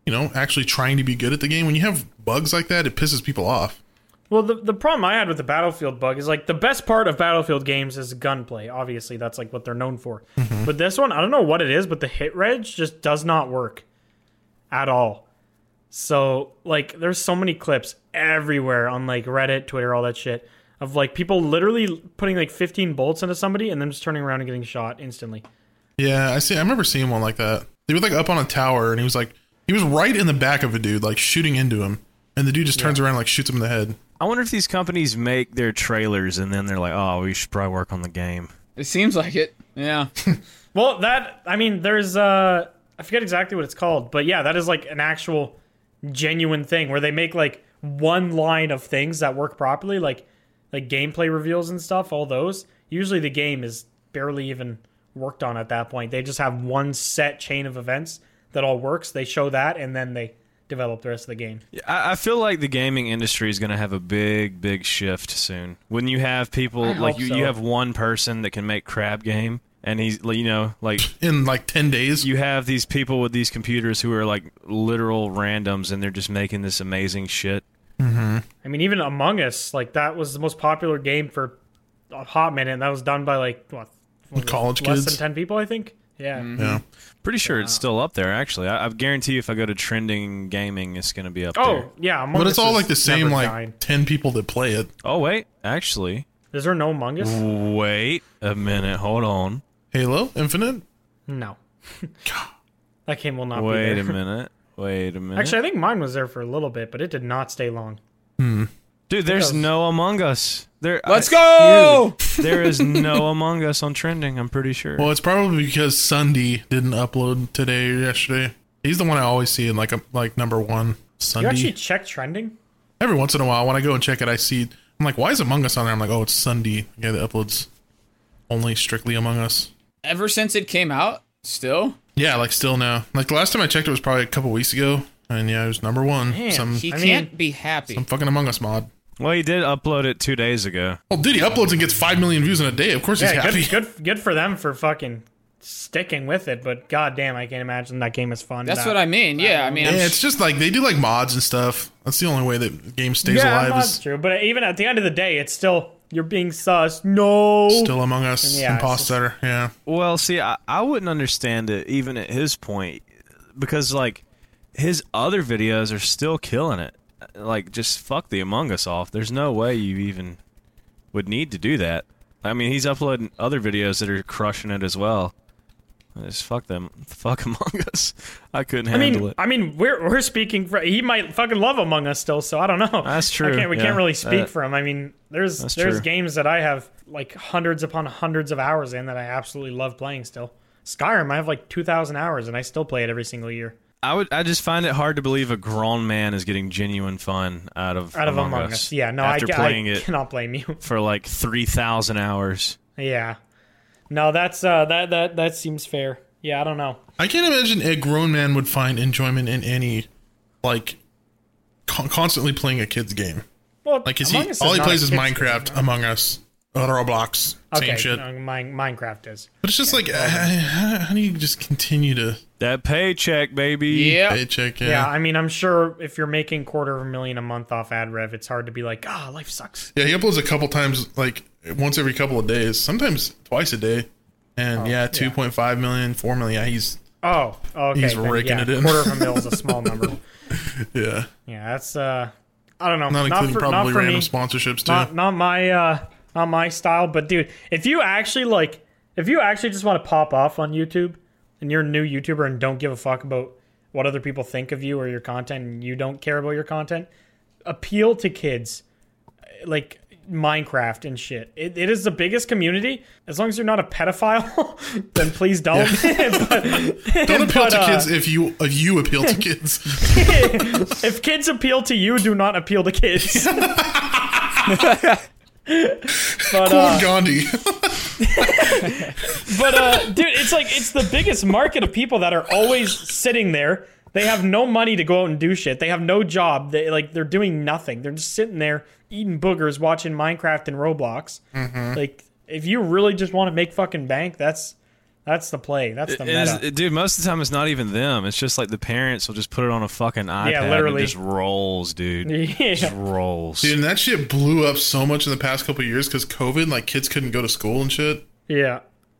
Speaker 1: you know, actually trying to be good at the game, when you have bugs like that, it pisses people off.
Speaker 5: Well, the, the problem I had with the Battlefield bug is like the best part of Battlefield games is gunplay. Obviously, that's like what they're known for.
Speaker 1: Mm-hmm.
Speaker 5: But this one, I don't know what it is, but the hit reg just does not work at all. So, like, there's so many clips everywhere on like Reddit, Twitter, all that shit of like people literally putting like 15 bolts into somebody and then just turning around and getting shot instantly.
Speaker 1: Yeah, I see. I remember seeing one like that. He was like up on a tower, and he was like, he was right in the back of a dude, like shooting into him, and the dude just turns around and like shoots him in the head.
Speaker 2: I wonder if these companies make their trailers and then they're like oh we should probably work on the game.
Speaker 3: It seems like it. Yeah.
Speaker 5: Well, that I mean, there's uh, I forget exactly what it's called, but yeah, that is like an actual genuine thing where they make like one line of things that work properly, like like gameplay reveals and stuff. All those usually the game is barely even worked on at that point. They just have one set chain of events that all works. They show that, and then they develop the rest of the game.
Speaker 2: I, I feel like the gaming industry is going to have a big, big shift soon. When you have people like
Speaker 5: hope
Speaker 2: you,
Speaker 5: so.
Speaker 2: you have one person that can make crab game, and he's you know like
Speaker 1: in like 10 days.
Speaker 2: you have these people with these computers who are like literal randoms, and they're just making this amazing shit.
Speaker 5: I mean, even Among Us, like that was the most popular game for a hot minute, and that was done by like what, what was it,
Speaker 1: College
Speaker 5: less
Speaker 1: kids.
Speaker 5: than ten people, I think. Yeah,
Speaker 1: yeah.
Speaker 2: Pretty sure it's still up there. Actually, I, I guarantee you, if I go to trending gaming, it's going to be up
Speaker 5: Oh
Speaker 2: there.
Speaker 5: yeah, Among
Speaker 1: But
Speaker 5: Us
Speaker 1: it's all
Speaker 5: is
Speaker 1: like the same,
Speaker 5: never
Speaker 1: like
Speaker 5: dying.
Speaker 1: 10 people that play it.
Speaker 2: Oh wait, actually,
Speaker 5: Is there no Among Us?
Speaker 2: wait a minute. Hold on.
Speaker 1: Halo Infinite?
Speaker 5: No. that game will not be
Speaker 2: Wait
Speaker 5: there.
Speaker 2: a minute. Wait a minute.
Speaker 5: Actually, I think mine was there for a little bit, but it did not stay long.
Speaker 2: dude, there's no Among Us. There,
Speaker 3: Let's
Speaker 2: I-
Speaker 3: go!
Speaker 2: there is no Among Us on trending. I'm pretty sure.
Speaker 1: Well, it's probably because Sunday didn't upload today or yesterday. He's the one I always see in like a, like number one
Speaker 5: You
Speaker 1: Sunday.
Speaker 5: actually check trending?
Speaker 1: Every once in a while, when I go and check it, I see I'm like, why is Among Us on there? I'm like, oh, it's Sunday. Yeah, that uploads only strictly Among Us.
Speaker 3: Ever since it came out, still.
Speaker 1: Yeah, like still now. Like the last time I checked, it was probably a couple weeks ago, and yeah, it was number one. some
Speaker 3: He
Speaker 5: I mean-
Speaker 3: can't be happy.
Speaker 1: some fucking Among Us mod.
Speaker 2: Well, he did upload it two days ago.
Speaker 1: Oh, dude, he uploads and gets five million views in a day. Of course, he's
Speaker 5: Yeah,
Speaker 1: happy.
Speaker 5: good, good, good for them for fucking sticking with it. But goddamn, I can't imagine that game is fun.
Speaker 3: That's
Speaker 5: that-
Speaker 3: what I mean. Yeah, I mean, I'm
Speaker 1: Yeah, it's just like they do like mods and stuff. That's the only way that the game stays
Speaker 5: Yeah,
Speaker 1: alive
Speaker 5: that's
Speaker 1: is
Speaker 5: true. But even at the end of the day, it's still you're being sus. No,
Speaker 1: still Among Us
Speaker 5: Yeah, it's
Speaker 1: imposter. Yeah,
Speaker 2: Well, see, I, I wouldn't understand it even at his point because, like, his other videos are still killing it. Like, just fuck the Among Us off. There's no way you even would need to do that. I mean, he's uploading other videos that are crushing it as well. Just fuck them. Fuck Among Us. I couldn't
Speaker 5: I
Speaker 2: handle
Speaker 5: mean,
Speaker 2: it.
Speaker 5: I mean, we're we're speaking. For, he might fucking love Among Us still, so I don't know.
Speaker 2: That's
Speaker 5: I
Speaker 2: true,
Speaker 5: can't, we
Speaker 2: yeah.
Speaker 5: can't really speak
Speaker 2: That-
Speaker 5: for him. I mean, there's
Speaker 2: That's
Speaker 5: there's
Speaker 2: true.
Speaker 5: games that I have like hundreds upon hundreds of hours in that I absolutely love playing still. Skyrim, I have like two thousand hours, and I still play it every single year.
Speaker 2: I would. I just find it hard to believe a grown man is getting genuine fun out of
Speaker 5: Out of Among, Us. yeah. No, I,
Speaker 2: after
Speaker 5: ca- I
Speaker 2: playing it
Speaker 5: cannot blame you.
Speaker 2: for like three thousand hours.
Speaker 5: yeah, no, that's uh, that that that seems fair. Yeah, I don't know.
Speaker 1: I can't imagine a grown man would find enjoyment in any like con- constantly playing a kid's game.
Speaker 5: Well,
Speaker 1: Like, is
Speaker 5: Among
Speaker 1: he
Speaker 5: Us
Speaker 1: all he
Speaker 5: not a
Speaker 1: plays is
Speaker 5: kid's
Speaker 1: Minecraft, Among Us, uh, Roblox,
Speaker 5: game.
Speaker 1: same
Speaker 5: Okay,
Speaker 1: shit.
Speaker 5: no, Mine, Minecraft is.
Speaker 1: But it's just like, uh, how, how do you just continue to
Speaker 2: That paycheck, baby.
Speaker 3: yeah.
Speaker 1: paycheck?
Speaker 5: Yeah,
Speaker 1: Yeah.
Speaker 5: I mean, I'm sure if you're making quarter of a million a month off ad rev, it's hard to be like, ah, life sucks.
Speaker 1: yeah, he uploads a couple times, like once every couple of days, sometimes twice a day. And yeah, two point five million, four million. Yeah, he's
Speaker 5: Oh, okay.
Speaker 1: He's
Speaker 5: then,
Speaker 1: raking
Speaker 5: yeah,
Speaker 1: it in.
Speaker 5: Quarter of a mil is a small number.
Speaker 1: yeah,
Speaker 5: yeah, that's uh, I don't know.
Speaker 1: not
Speaker 5: Not,
Speaker 1: including
Speaker 5: for, not
Speaker 1: probably
Speaker 5: for
Speaker 1: random
Speaker 5: me.
Speaker 1: sponsorships too.
Speaker 5: Not not my uh, not my style. But dude, if you actually like, if you actually just want to pop off on YouTube, and you're a new YouTuber and don't give a fuck about what other people think of you or your content, and you don't care about your content, appeal to kids, like Minecraft and shit. It, it is the biggest community. As long as you're not a pedophile, then please don't. But-
Speaker 1: Don't appeal
Speaker 5: but,
Speaker 1: to
Speaker 5: uh,
Speaker 1: kids if you if you appeal to kids.
Speaker 5: if kids appeal to you, do not appeal to kids. but uh,
Speaker 1: Quote Gandhi.
Speaker 5: but uh, dude, it's like it's the biggest market of people that are always sitting there. They have no money to go out and do shit. They have no job. They like they're doing nothing. They're just sitting there eating boogers, watching Minecraft and Roblox.
Speaker 2: Mm-hmm.
Speaker 5: Like if you really just want to make fucking bank, that's that's the play. That's the
Speaker 2: It is-
Speaker 5: meta.
Speaker 2: it- dude, most of the time it's not even them. It's just like the parents will just put it on a fucking iPad.
Speaker 5: literally.
Speaker 2: And it just rolls, dude.
Speaker 5: Yeah.
Speaker 2: Just rolls.
Speaker 1: Dude, and that shit blew up so much in the past couple of years because COVID, like kids couldn't go to school and shit.
Speaker 5: yeah,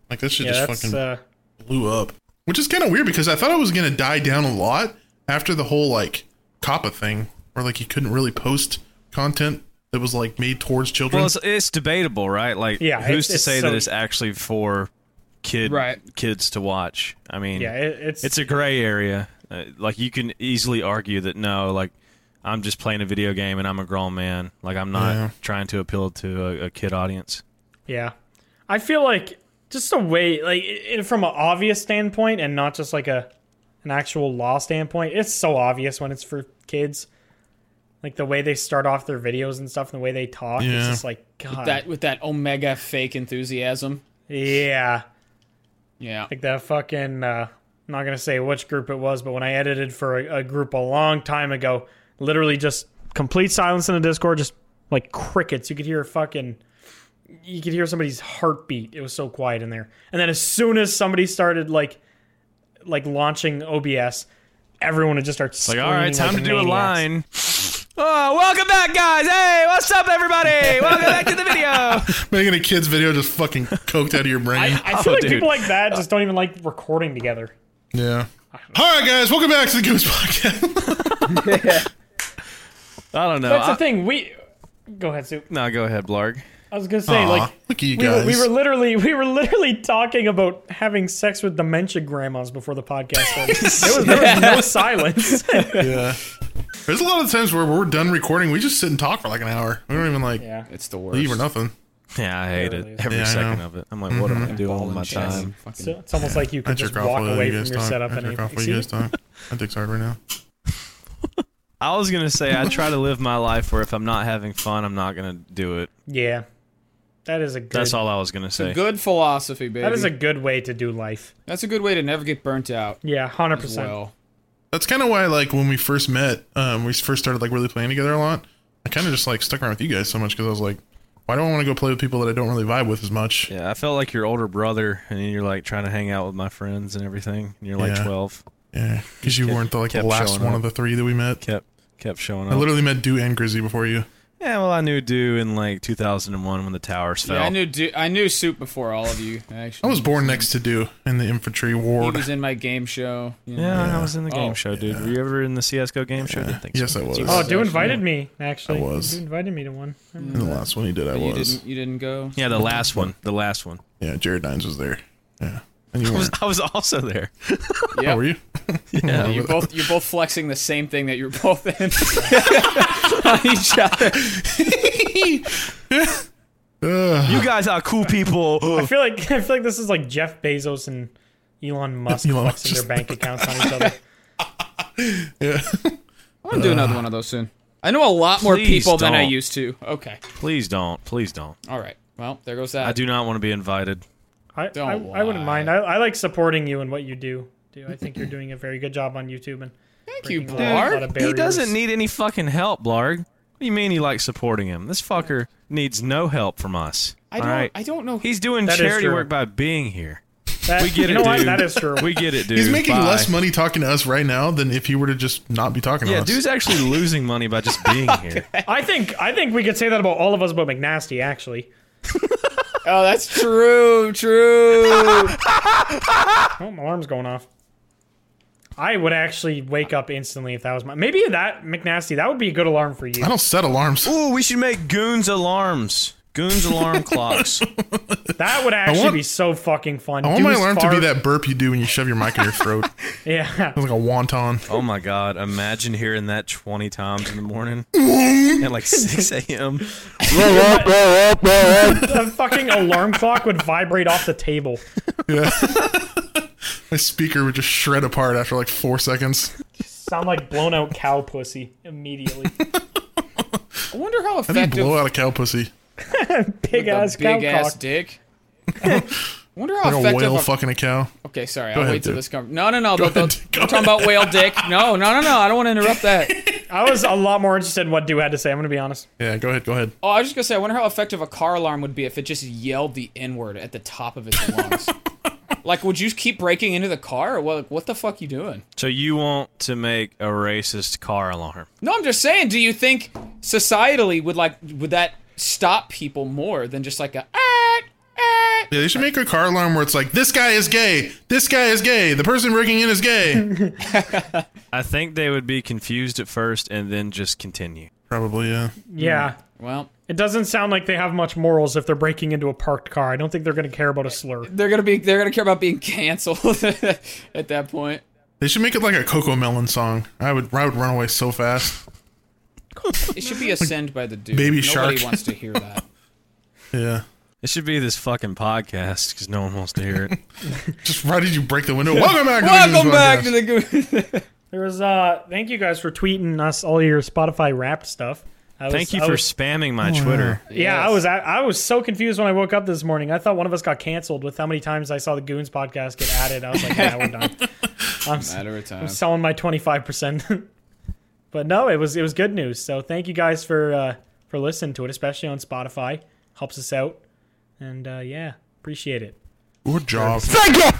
Speaker 1: Like that shit
Speaker 5: yeah.
Speaker 1: just
Speaker 5: That's
Speaker 1: fucking
Speaker 5: uh,
Speaker 1: blew up, which is kind of weird because I thought it was gonna die down a lot after the whole like COPPA thing, where like you couldn't really post content that was like made towards children.
Speaker 2: Well, it's, it's debatable, right? Like,
Speaker 5: Yeah,
Speaker 2: who's
Speaker 5: it's-
Speaker 2: to
Speaker 5: it's
Speaker 2: say
Speaker 5: so-
Speaker 2: that it's actually for kid
Speaker 3: Right.
Speaker 2: kids to watch? I mean,
Speaker 5: yeah. It, it's
Speaker 2: it's a gray area. Uh, like, you can easily argue that no, like, I'm just playing a video game and I'm a grown man. Like, I'm not
Speaker 1: Yeah.
Speaker 2: trying to appeal to a, a kid audience.
Speaker 5: Yeah. I feel like just a way like i i- from an obvious standpoint and not just like a an actual law standpoint, it's so obvious when it's for kids. Like the way they start off their videos and stuff and the way they talk, it's
Speaker 1: Yeah.
Speaker 5: just like god.
Speaker 3: That with that omega fake enthusiasm.
Speaker 5: yeah.
Speaker 3: Yeah.
Speaker 5: like that fucking uh, I'm not gonna say which group it was, but when I edited for a, a group a long time ago, literally just complete silence in the Discord, just like crickets. You could hear fucking, you could hear somebody's heartbeat. It was so quiet in there. And then as soon as somebody started like, like launching OBS, everyone would just start
Speaker 2: Like,
Speaker 5: screaming
Speaker 2: all right, time to
Speaker 5: like
Speaker 2: do a
Speaker 5: maniacs.
Speaker 2: line. Oh, welcome back, guys! Hey, what's up, everybody? Welcome back to the video.
Speaker 1: Making a kid's video just fucking coked out of your brain.
Speaker 5: I feel
Speaker 2: Oh,
Speaker 5: like
Speaker 2: dude.
Speaker 5: people like that just don't even like recording together.
Speaker 1: yeah. All right, guys, welcome back to the Goose Podcast.
Speaker 2: I don't know.
Speaker 5: That's
Speaker 2: I-
Speaker 5: the thing. We go ahead, Sue.
Speaker 2: no, go ahead, Blarg.
Speaker 5: I was gonna say
Speaker 1: Aw,
Speaker 5: like
Speaker 1: look at you
Speaker 5: we were, we
Speaker 1: guys.
Speaker 5: were literally we were literally talking about having sex with dementia grandmas before the podcast started. there, was, there was no silence.
Speaker 1: yeah. There's a lot of times where we're done recording, we just sit and talk for like an hour. We don't even like
Speaker 5: yeah.
Speaker 3: It's the worst.
Speaker 1: leave or nothing.
Speaker 2: Yeah, I Mm-hmm. hate it every
Speaker 1: Yeah, I
Speaker 2: second
Speaker 1: know.
Speaker 2: of it. I'm like, what am I doing
Speaker 3: Ball
Speaker 2: with my
Speaker 3: and chain.
Speaker 2: time?
Speaker 3: Fucking-
Speaker 5: So it's almost like you
Speaker 1: I
Speaker 5: can just
Speaker 1: jerk off
Speaker 5: walk
Speaker 1: while
Speaker 5: away
Speaker 1: you
Speaker 5: from
Speaker 1: guys
Speaker 5: your
Speaker 1: talk.
Speaker 5: setup
Speaker 1: I
Speaker 5: and
Speaker 1: jerk off while
Speaker 5: excuse
Speaker 1: you
Speaker 5: me?
Speaker 1: guys talk. That dick's hard right now.
Speaker 2: I was gonna say I try to live my life where if I'm not having fun, I'm not gonna do it.
Speaker 5: Yeah, that is a good.
Speaker 2: That's all I was gonna say.
Speaker 3: Good philosophy, baby.
Speaker 5: That is a good way to do life.
Speaker 3: That's a good way to never get burnt out.
Speaker 5: Yeah, hundred
Speaker 3: as
Speaker 5: percent.
Speaker 3: Well,
Speaker 1: That's kind of why, like, when we first met, um, we first started like really playing together a lot. I kind of just like stuck around with you guys so much because I was like, why do I want to go play with people that I don't really vibe with as much?
Speaker 2: Yeah, I felt like your older brother, and then you're like trying to hang out with my friends and everything. And you're like
Speaker 1: Yeah.
Speaker 2: 12.
Speaker 1: Yeah, because you weren't the, like the
Speaker 2: kept
Speaker 1: last
Speaker 2: showing
Speaker 1: one
Speaker 2: up.
Speaker 1: of the three that we met.
Speaker 2: Kept kept showing
Speaker 1: I
Speaker 2: up.
Speaker 1: literally met Dew and Grizzy before you.
Speaker 2: Yeah, well, I knew dude in like 2001 when the towers fell.
Speaker 3: yeah, I knew du- I knew Soup before all of you. Actually,
Speaker 1: I was born next to Dew in the infantry
Speaker 3: He
Speaker 1: ward.
Speaker 3: was in my game show. you know.
Speaker 2: Yeah, I was in the game
Speaker 3: Oh,
Speaker 2: show, dude. Were you ever in the CS:GO game show? I didn't think so.
Speaker 1: Yes, I was.
Speaker 5: Oh,
Speaker 3: Actually,
Speaker 5: do invited me actually.
Speaker 1: I was.
Speaker 5: Do invited me to one.
Speaker 1: In the last one he did, I
Speaker 3: You
Speaker 1: was.
Speaker 3: didn't. You didn't go.
Speaker 2: Yeah, the last one. The last one.
Speaker 1: Yeah, Jared Dines was there. Yeah, and you
Speaker 2: I was,
Speaker 1: weren't.
Speaker 2: I was also there.
Speaker 3: Yeah.
Speaker 1: Oh, were you?
Speaker 3: Yeah, you both you're both flexing the same thing that you're both in on each other.
Speaker 1: Ugh.
Speaker 2: You guys are cool people.
Speaker 1: Oh.
Speaker 5: I feel like I feel like this is like Jeff Bezos and Elon Musk
Speaker 1: Elon
Speaker 5: flexing
Speaker 1: Musk.
Speaker 5: their bank accounts on each other.
Speaker 3: I'm gonna do another one of those soon. I know a lot more
Speaker 2: Please
Speaker 3: people than I
Speaker 2: don't.
Speaker 3: used to. Okay.
Speaker 2: Please don't. Please don't.
Speaker 3: All right. Well, there goes that.
Speaker 2: I do not want to be invited.
Speaker 5: I, I,
Speaker 3: Don't
Speaker 5: I wouldn't
Speaker 3: lie.
Speaker 5: mind. I, I like supporting you and what you do. Do I think you're doing a very good job on YouTube and
Speaker 3: Thank you,
Speaker 5: breaking a lot- lot
Speaker 3: Blar.
Speaker 5: of
Speaker 2: He
Speaker 5: barriers.
Speaker 2: doesn't need any fucking help, Blarg. What do you mean he likes supporting him? This fucker needs no help from us.
Speaker 3: I don't.
Speaker 2: All right?
Speaker 3: I don't know.
Speaker 2: He's doing
Speaker 5: That is
Speaker 2: charity
Speaker 5: true.
Speaker 2: work by being here.
Speaker 5: That,
Speaker 2: We get
Speaker 5: you
Speaker 2: it,
Speaker 5: know what?
Speaker 2: dude.
Speaker 5: That is true.
Speaker 2: We get it, dude.
Speaker 1: He's making
Speaker 2: Bye.
Speaker 1: less money talking to us right now than if he were to just not be talking
Speaker 2: Yeah,
Speaker 1: to us.
Speaker 2: dude's actually losing money by just being here.
Speaker 5: I think I think we could say that about all of us but McNasty actually.
Speaker 3: Oh, that's true. True.
Speaker 5: Oh, my alarm's going off. I would actually wake up instantly if that was my. Maybe that McNasty that would be a good alarm for you.
Speaker 1: I don't set alarms.
Speaker 2: Ooh, we should make goons alarms. Goons alarm clocks.
Speaker 5: That would actually
Speaker 1: want-
Speaker 5: be so fucking fun.
Speaker 1: I want my alarm to be that burp you do when you shove your mic in your throat.
Speaker 5: Yeah.
Speaker 1: It's like a wonton.
Speaker 2: Oh my god, imagine hearing that 20 times in the morning at like 6 a.m.
Speaker 5: the fucking alarm clock would vibrate off the table.
Speaker 1: My speaker would just shred apart after like four seconds.
Speaker 5: Sound like blown out cow pussy immediately.
Speaker 3: I wonder how
Speaker 1: I think
Speaker 3: effective
Speaker 1: blow out a cow pussy.
Speaker 5: Big
Speaker 3: the
Speaker 5: ass cow
Speaker 3: big ass
Speaker 5: cock.
Speaker 3: dick. wonder how
Speaker 1: Like a
Speaker 3: effective.
Speaker 1: whale
Speaker 3: a-
Speaker 1: fucking a cow.
Speaker 3: okay, sorry. I'll
Speaker 1: ahead,
Speaker 3: wait till
Speaker 1: dude.
Speaker 3: this comes. No, no, no. But
Speaker 1: ahead,
Speaker 3: the-
Speaker 1: dude. Go
Speaker 3: we're talking
Speaker 1: ahead.
Speaker 3: about whale dick. No, no, no, no. I don't want to interrupt that.
Speaker 5: I was a lot more interested in what Dew had to say. I'm gonna be honest.
Speaker 1: Yeah, go ahead, go ahead.
Speaker 3: Oh, I was just gonna say, I wonder how effective a car alarm would be if it just yelled the N word at the top of its lungs. like, would you keep breaking into the car? Or what? What the fuck you doing?
Speaker 2: So you want to make a racist car alarm?
Speaker 3: No, I'm just saying. Do you think societally would like would that stop people more than just like a ah, ah?
Speaker 1: Yeah, they should make a car alarm where it's like, this guy is gay, this guy is gay, the person breaking in is gay.
Speaker 2: I think they would be confused at first and then just continue.
Speaker 1: Probably, yeah.
Speaker 5: Yeah.
Speaker 3: Well,
Speaker 5: It doesn't sound like they have much morals if they're breaking into a parked car. I don't think they're going to care about a slur.
Speaker 3: they're gonna be they're gonna care about being canceled at that point.
Speaker 1: They should make it like a Coco Melon song. I would, I would run away so fast.
Speaker 3: It should be a send by the dude.
Speaker 1: Baby
Speaker 3: Nobody
Speaker 1: Shark.
Speaker 3: wants to hear that.
Speaker 1: Yeah.
Speaker 2: It should be this fucking podcast because no one wants to hear it.
Speaker 1: Just why did you break the window? Welcome back. to the
Speaker 3: Welcome
Speaker 1: Goons
Speaker 3: back
Speaker 1: Podcast.
Speaker 3: to the Goon.
Speaker 5: There was uh thank you guys for tweeting us all your Spotify wrapped stuff. I was-
Speaker 2: Thank you
Speaker 5: I
Speaker 2: for
Speaker 5: was-
Speaker 2: spamming my Twitter.
Speaker 5: Yeah, I
Speaker 3: Yes.
Speaker 5: was I, I was so confused when I woke up this morning. I thought one of us got canceled with how many times I saw the Goons podcast get added. I was like, yeah, we're done. I'm, s-
Speaker 3: Matter of time.
Speaker 5: I'm selling my 25%. but no, it was it was good news. So thank you guys for uh, for listening to it, especially on Spotify. Helps us out. And uh, yeah, appreciate it.
Speaker 1: Good job.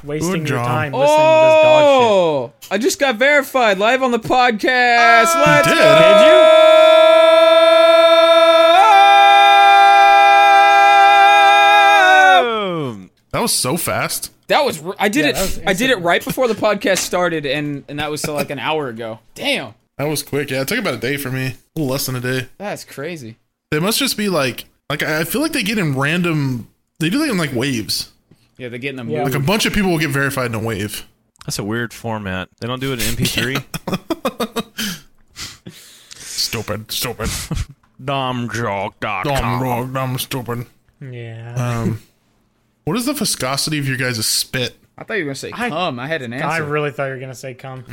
Speaker 5: Wasting
Speaker 1: Good
Speaker 5: your
Speaker 1: job.
Speaker 5: time listening to
Speaker 3: Oh, I just got verified live on the podcast. Let's
Speaker 1: Oh, did?
Speaker 3: go.
Speaker 5: this dog shit. Did you?
Speaker 3: Oh!
Speaker 2: Boom.
Speaker 1: That was so fast.
Speaker 3: That was r- I did
Speaker 5: that was
Speaker 3: it. I did it right before the podcast started, and and that was so like an hour ago. Damn,
Speaker 1: That was quick. Yeah, it took about a day for me. A little less than a day.
Speaker 3: that's crazy.
Speaker 1: They must just be like, like I I feel like they get in random. They do that in like waves.
Speaker 3: Yeah, they're getting them.
Speaker 5: Yeah.
Speaker 3: moving.
Speaker 1: Like a bunch of people will get verified in a wave.
Speaker 2: That's a weird format. They don't do it in MP3.
Speaker 1: Stupid, stupid.
Speaker 2: Dom joke dot
Speaker 1: Dumb,
Speaker 2: com.
Speaker 1: wrong, dumb, stupid.
Speaker 5: Yeah.
Speaker 1: Um, what is the viscosity of your guys' spit?
Speaker 3: I thought you were gonna say
Speaker 5: I-
Speaker 3: come. I had an answer.
Speaker 5: I really thought you were going to say come.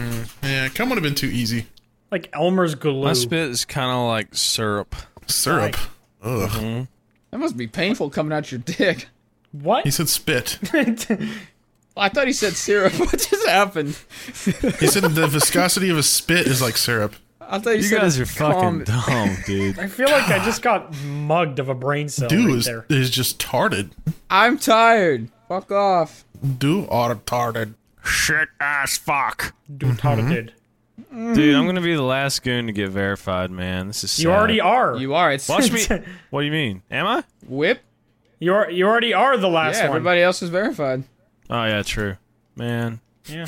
Speaker 1: Yeah, come would have been too easy.
Speaker 5: Like Elmer's glue.
Speaker 2: My spit is kind of like syrup.
Speaker 1: Syrup. Ugh.
Speaker 3: that must be painful coming out your dick.
Speaker 5: what?
Speaker 1: He said spit.
Speaker 3: I thought he said syrup. What just happened?
Speaker 1: He said the viscosity of a spit is like syrup.
Speaker 3: I thought you,
Speaker 2: You
Speaker 3: said
Speaker 2: guys
Speaker 3: it
Speaker 2: are
Speaker 3: calm.
Speaker 2: fucking dumb, dude.
Speaker 5: I feel like I just got mugged of a brain cell
Speaker 1: Dude
Speaker 5: right
Speaker 1: is,
Speaker 5: there.
Speaker 1: is just tarted.
Speaker 3: I'm tired. Fuck off.
Speaker 1: Do are tarted.
Speaker 2: Shit ass fuck.
Speaker 5: Dude, how it did.
Speaker 2: Dude, I'm gonna be the last goon to get verified, man. This is
Speaker 5: You
Speaker 2: sad.
Speaker 5: already are. You,
Speaker 3: You are. It's
Speaker 2: Watch me. What do you mean? Am I?
Speaker 3: whip.
Speaker 5: are. You already are the
Speaker 3: Yeah,
Speaker 5: last one.
Speaker 3: everybody else is verified.
Speaker 2: Oh yeah, true. Man,
Speaker 5: Yeah.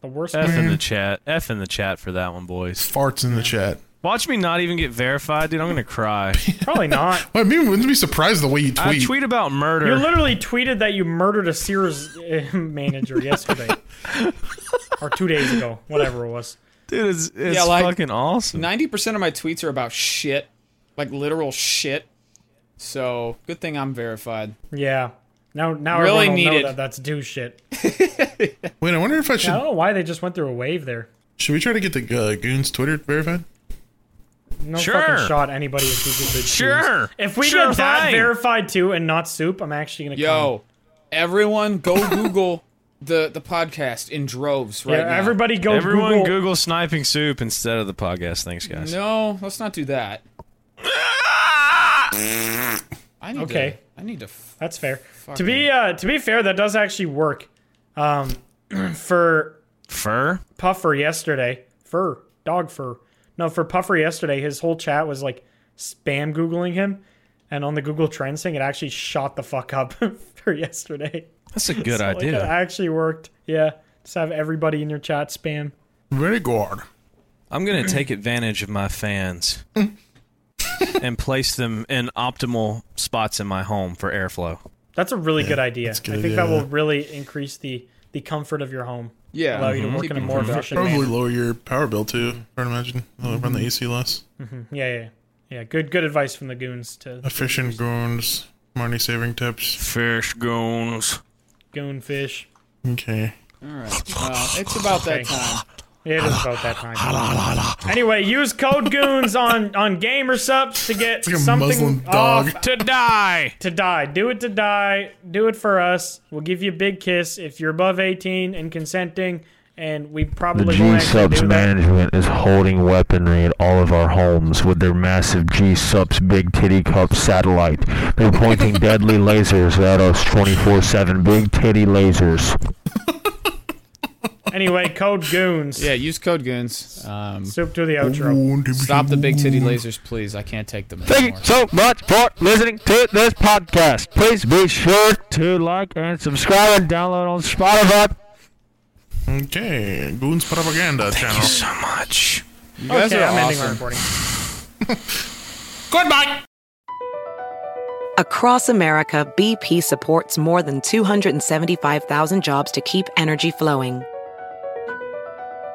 Speaker 5: The worst.
Speaker 2: f in the chat. F in the chat for that one, boys.
Speaker 1: Farts in the chat.
Speaker 2: Watch me not even get verified, dude. I'm gonna cry.
Speaker 5: Probably not.
Speaker 1: Well, I mean, wouldn't be surprised the way you
Speaker 2: I
Speaker 1: tweet.
Speaker 2: tweet about murder.
Speaker 5: You literally tweeted that you murdered a Sears uh, manager yesterday, or two days ago, whatever it was.
Speaker 2: Dude, it's, it's
Speaker 3: Yeah, like-
Speaker 2: fucking awesome.
Speaker 3: Ninety percent of my tweets are about shit, like literal shit. So good thing I'm verified.
Speaker 5: Yeah. Now, now
Speaker 3: Really
Speaker 5: everyone will
Speaker 3: needed.
Speaker 5: know that that's do shit.
Speaker 1: Wait, I wonder if I should.
Speaker 5: I don't know why they just went through a wave there.
Speaker 1: Should we try to get the uh, goons Twitter verified?
Speaker 5: No
Speaker 2: Sure.
Speaker 5: fucking shot anybody if we did the
Speaker 2: Sure.
Speaker 5: Jews. If we
Speaker 2: Sure,
Speaker 5: get that
Speaker 2: fine.
Speaker 5: verified too and not soup, I'm actually gonna come.
Speaker 3: Yo, everyone, go Google the the podcast in droves right
Speaker 5: Yeah,
Speaker 3: now.
Speaker 5: everybody go
Speaker 2: Everyone
Speaker 5: Google.
Speaker 2: Google. sniping soup instead of the podcast. Thanks, guys.
Speaker 3: No, let's not do that. I need
Speaker 5: Okay.
Speaker 3: To, I need to. F-
Speaker 5: That's fair. To be uh, to be fair, that does actually work. Um, for
Speaker 2: Fur?
Speaker 5: Puffer yesterday, fur dog fur. No, for Puffer yesterday, his whole chat was like spam googling him, and on the Google Trends thing, it actually shot the fuck up for yesterday.
Speaker 2: That's a good
Speaker 5: Like, it
Speaker 2: idea.
Speaker 5: actually worked. Yeah, just have everybody in your chat spam.
Speaker 1: Very good.
Speaker 2: I'm gonna take advantage of my fans and place them in optimal spots in my home for airflow.
Speaker 5: That's a really good idea.
Speaker 1: good,
Speaker 5: I think
Speaker 1: yeah.
Speaker 5: that will really increase the the comfort of your home.
Speaker 3: yeah. mm-hmm.
Speaker 5: Allow you to work
Speaker 3: Keep
Speaker 5: in a
Speaker 3: it
Speaker 5: more
Speaker 3: productive.
Speaker 5: efficient
Speaker 1: Probably
Speaker 5: manner.
Speaker 1: lower your power bill too. I'd imagine They'll run the AC less.
Speaker 5: Yeah, yeah, yeah. Good, good advice from the goons to
Speaker 1: Efficient goons, money saving tips.
Speaker 2: Fish goons.
Speaker 5: goonfish.
Speaker 1: Okay.
Speaker 3: Well, uh, it's about that time.
Speaker 5: It is about that time. anyway, use code goons on on gamersups to get
Speaker 1: Like a Muslim
Speaker 5: something
Speaker 1: dog.
Speaker 5: off
Speaker 2: To die.
Speaker 5: to die. Do it to die. Do it for us. We'll give you a big kiss if you're above 18 and consenting. And we
Speaker 6: The
Speaker 5: probably
Speaker 6: G
Speaker 5: won't actually
Speaker 6: Subs
Speaker 5: do that.
Speaker 6: management is holding weaponry at all of our homes with their massive G Subs Big Titty Cup satellite. They're pointing deadly lasers at us 24 7. Big Titty lasers.
Speaker 5: Anyway, code goons.
Speaker 3: Yeah, use code goons. Um,
Speaker 5: Soup to the outro.
Speaker 3: stop the big titty lasers, please. I can't take them anymore.
Speaker 6: so much for listening to this podcast. Please be sure to like and subscribe and download on Spotify.
Speaker 1: Okay. Goons propaganda channel.
Speaker 2: So much.
Speaker 3: You guys
Speaker 5: Okay,
Speaker 3: are
Speaker 5: I'm ending our
Speaker 3: awesome.
Speaker 5: recording.
Speaker 7: Across America, BP supports more than 275,000 jobs to keep energy flowing.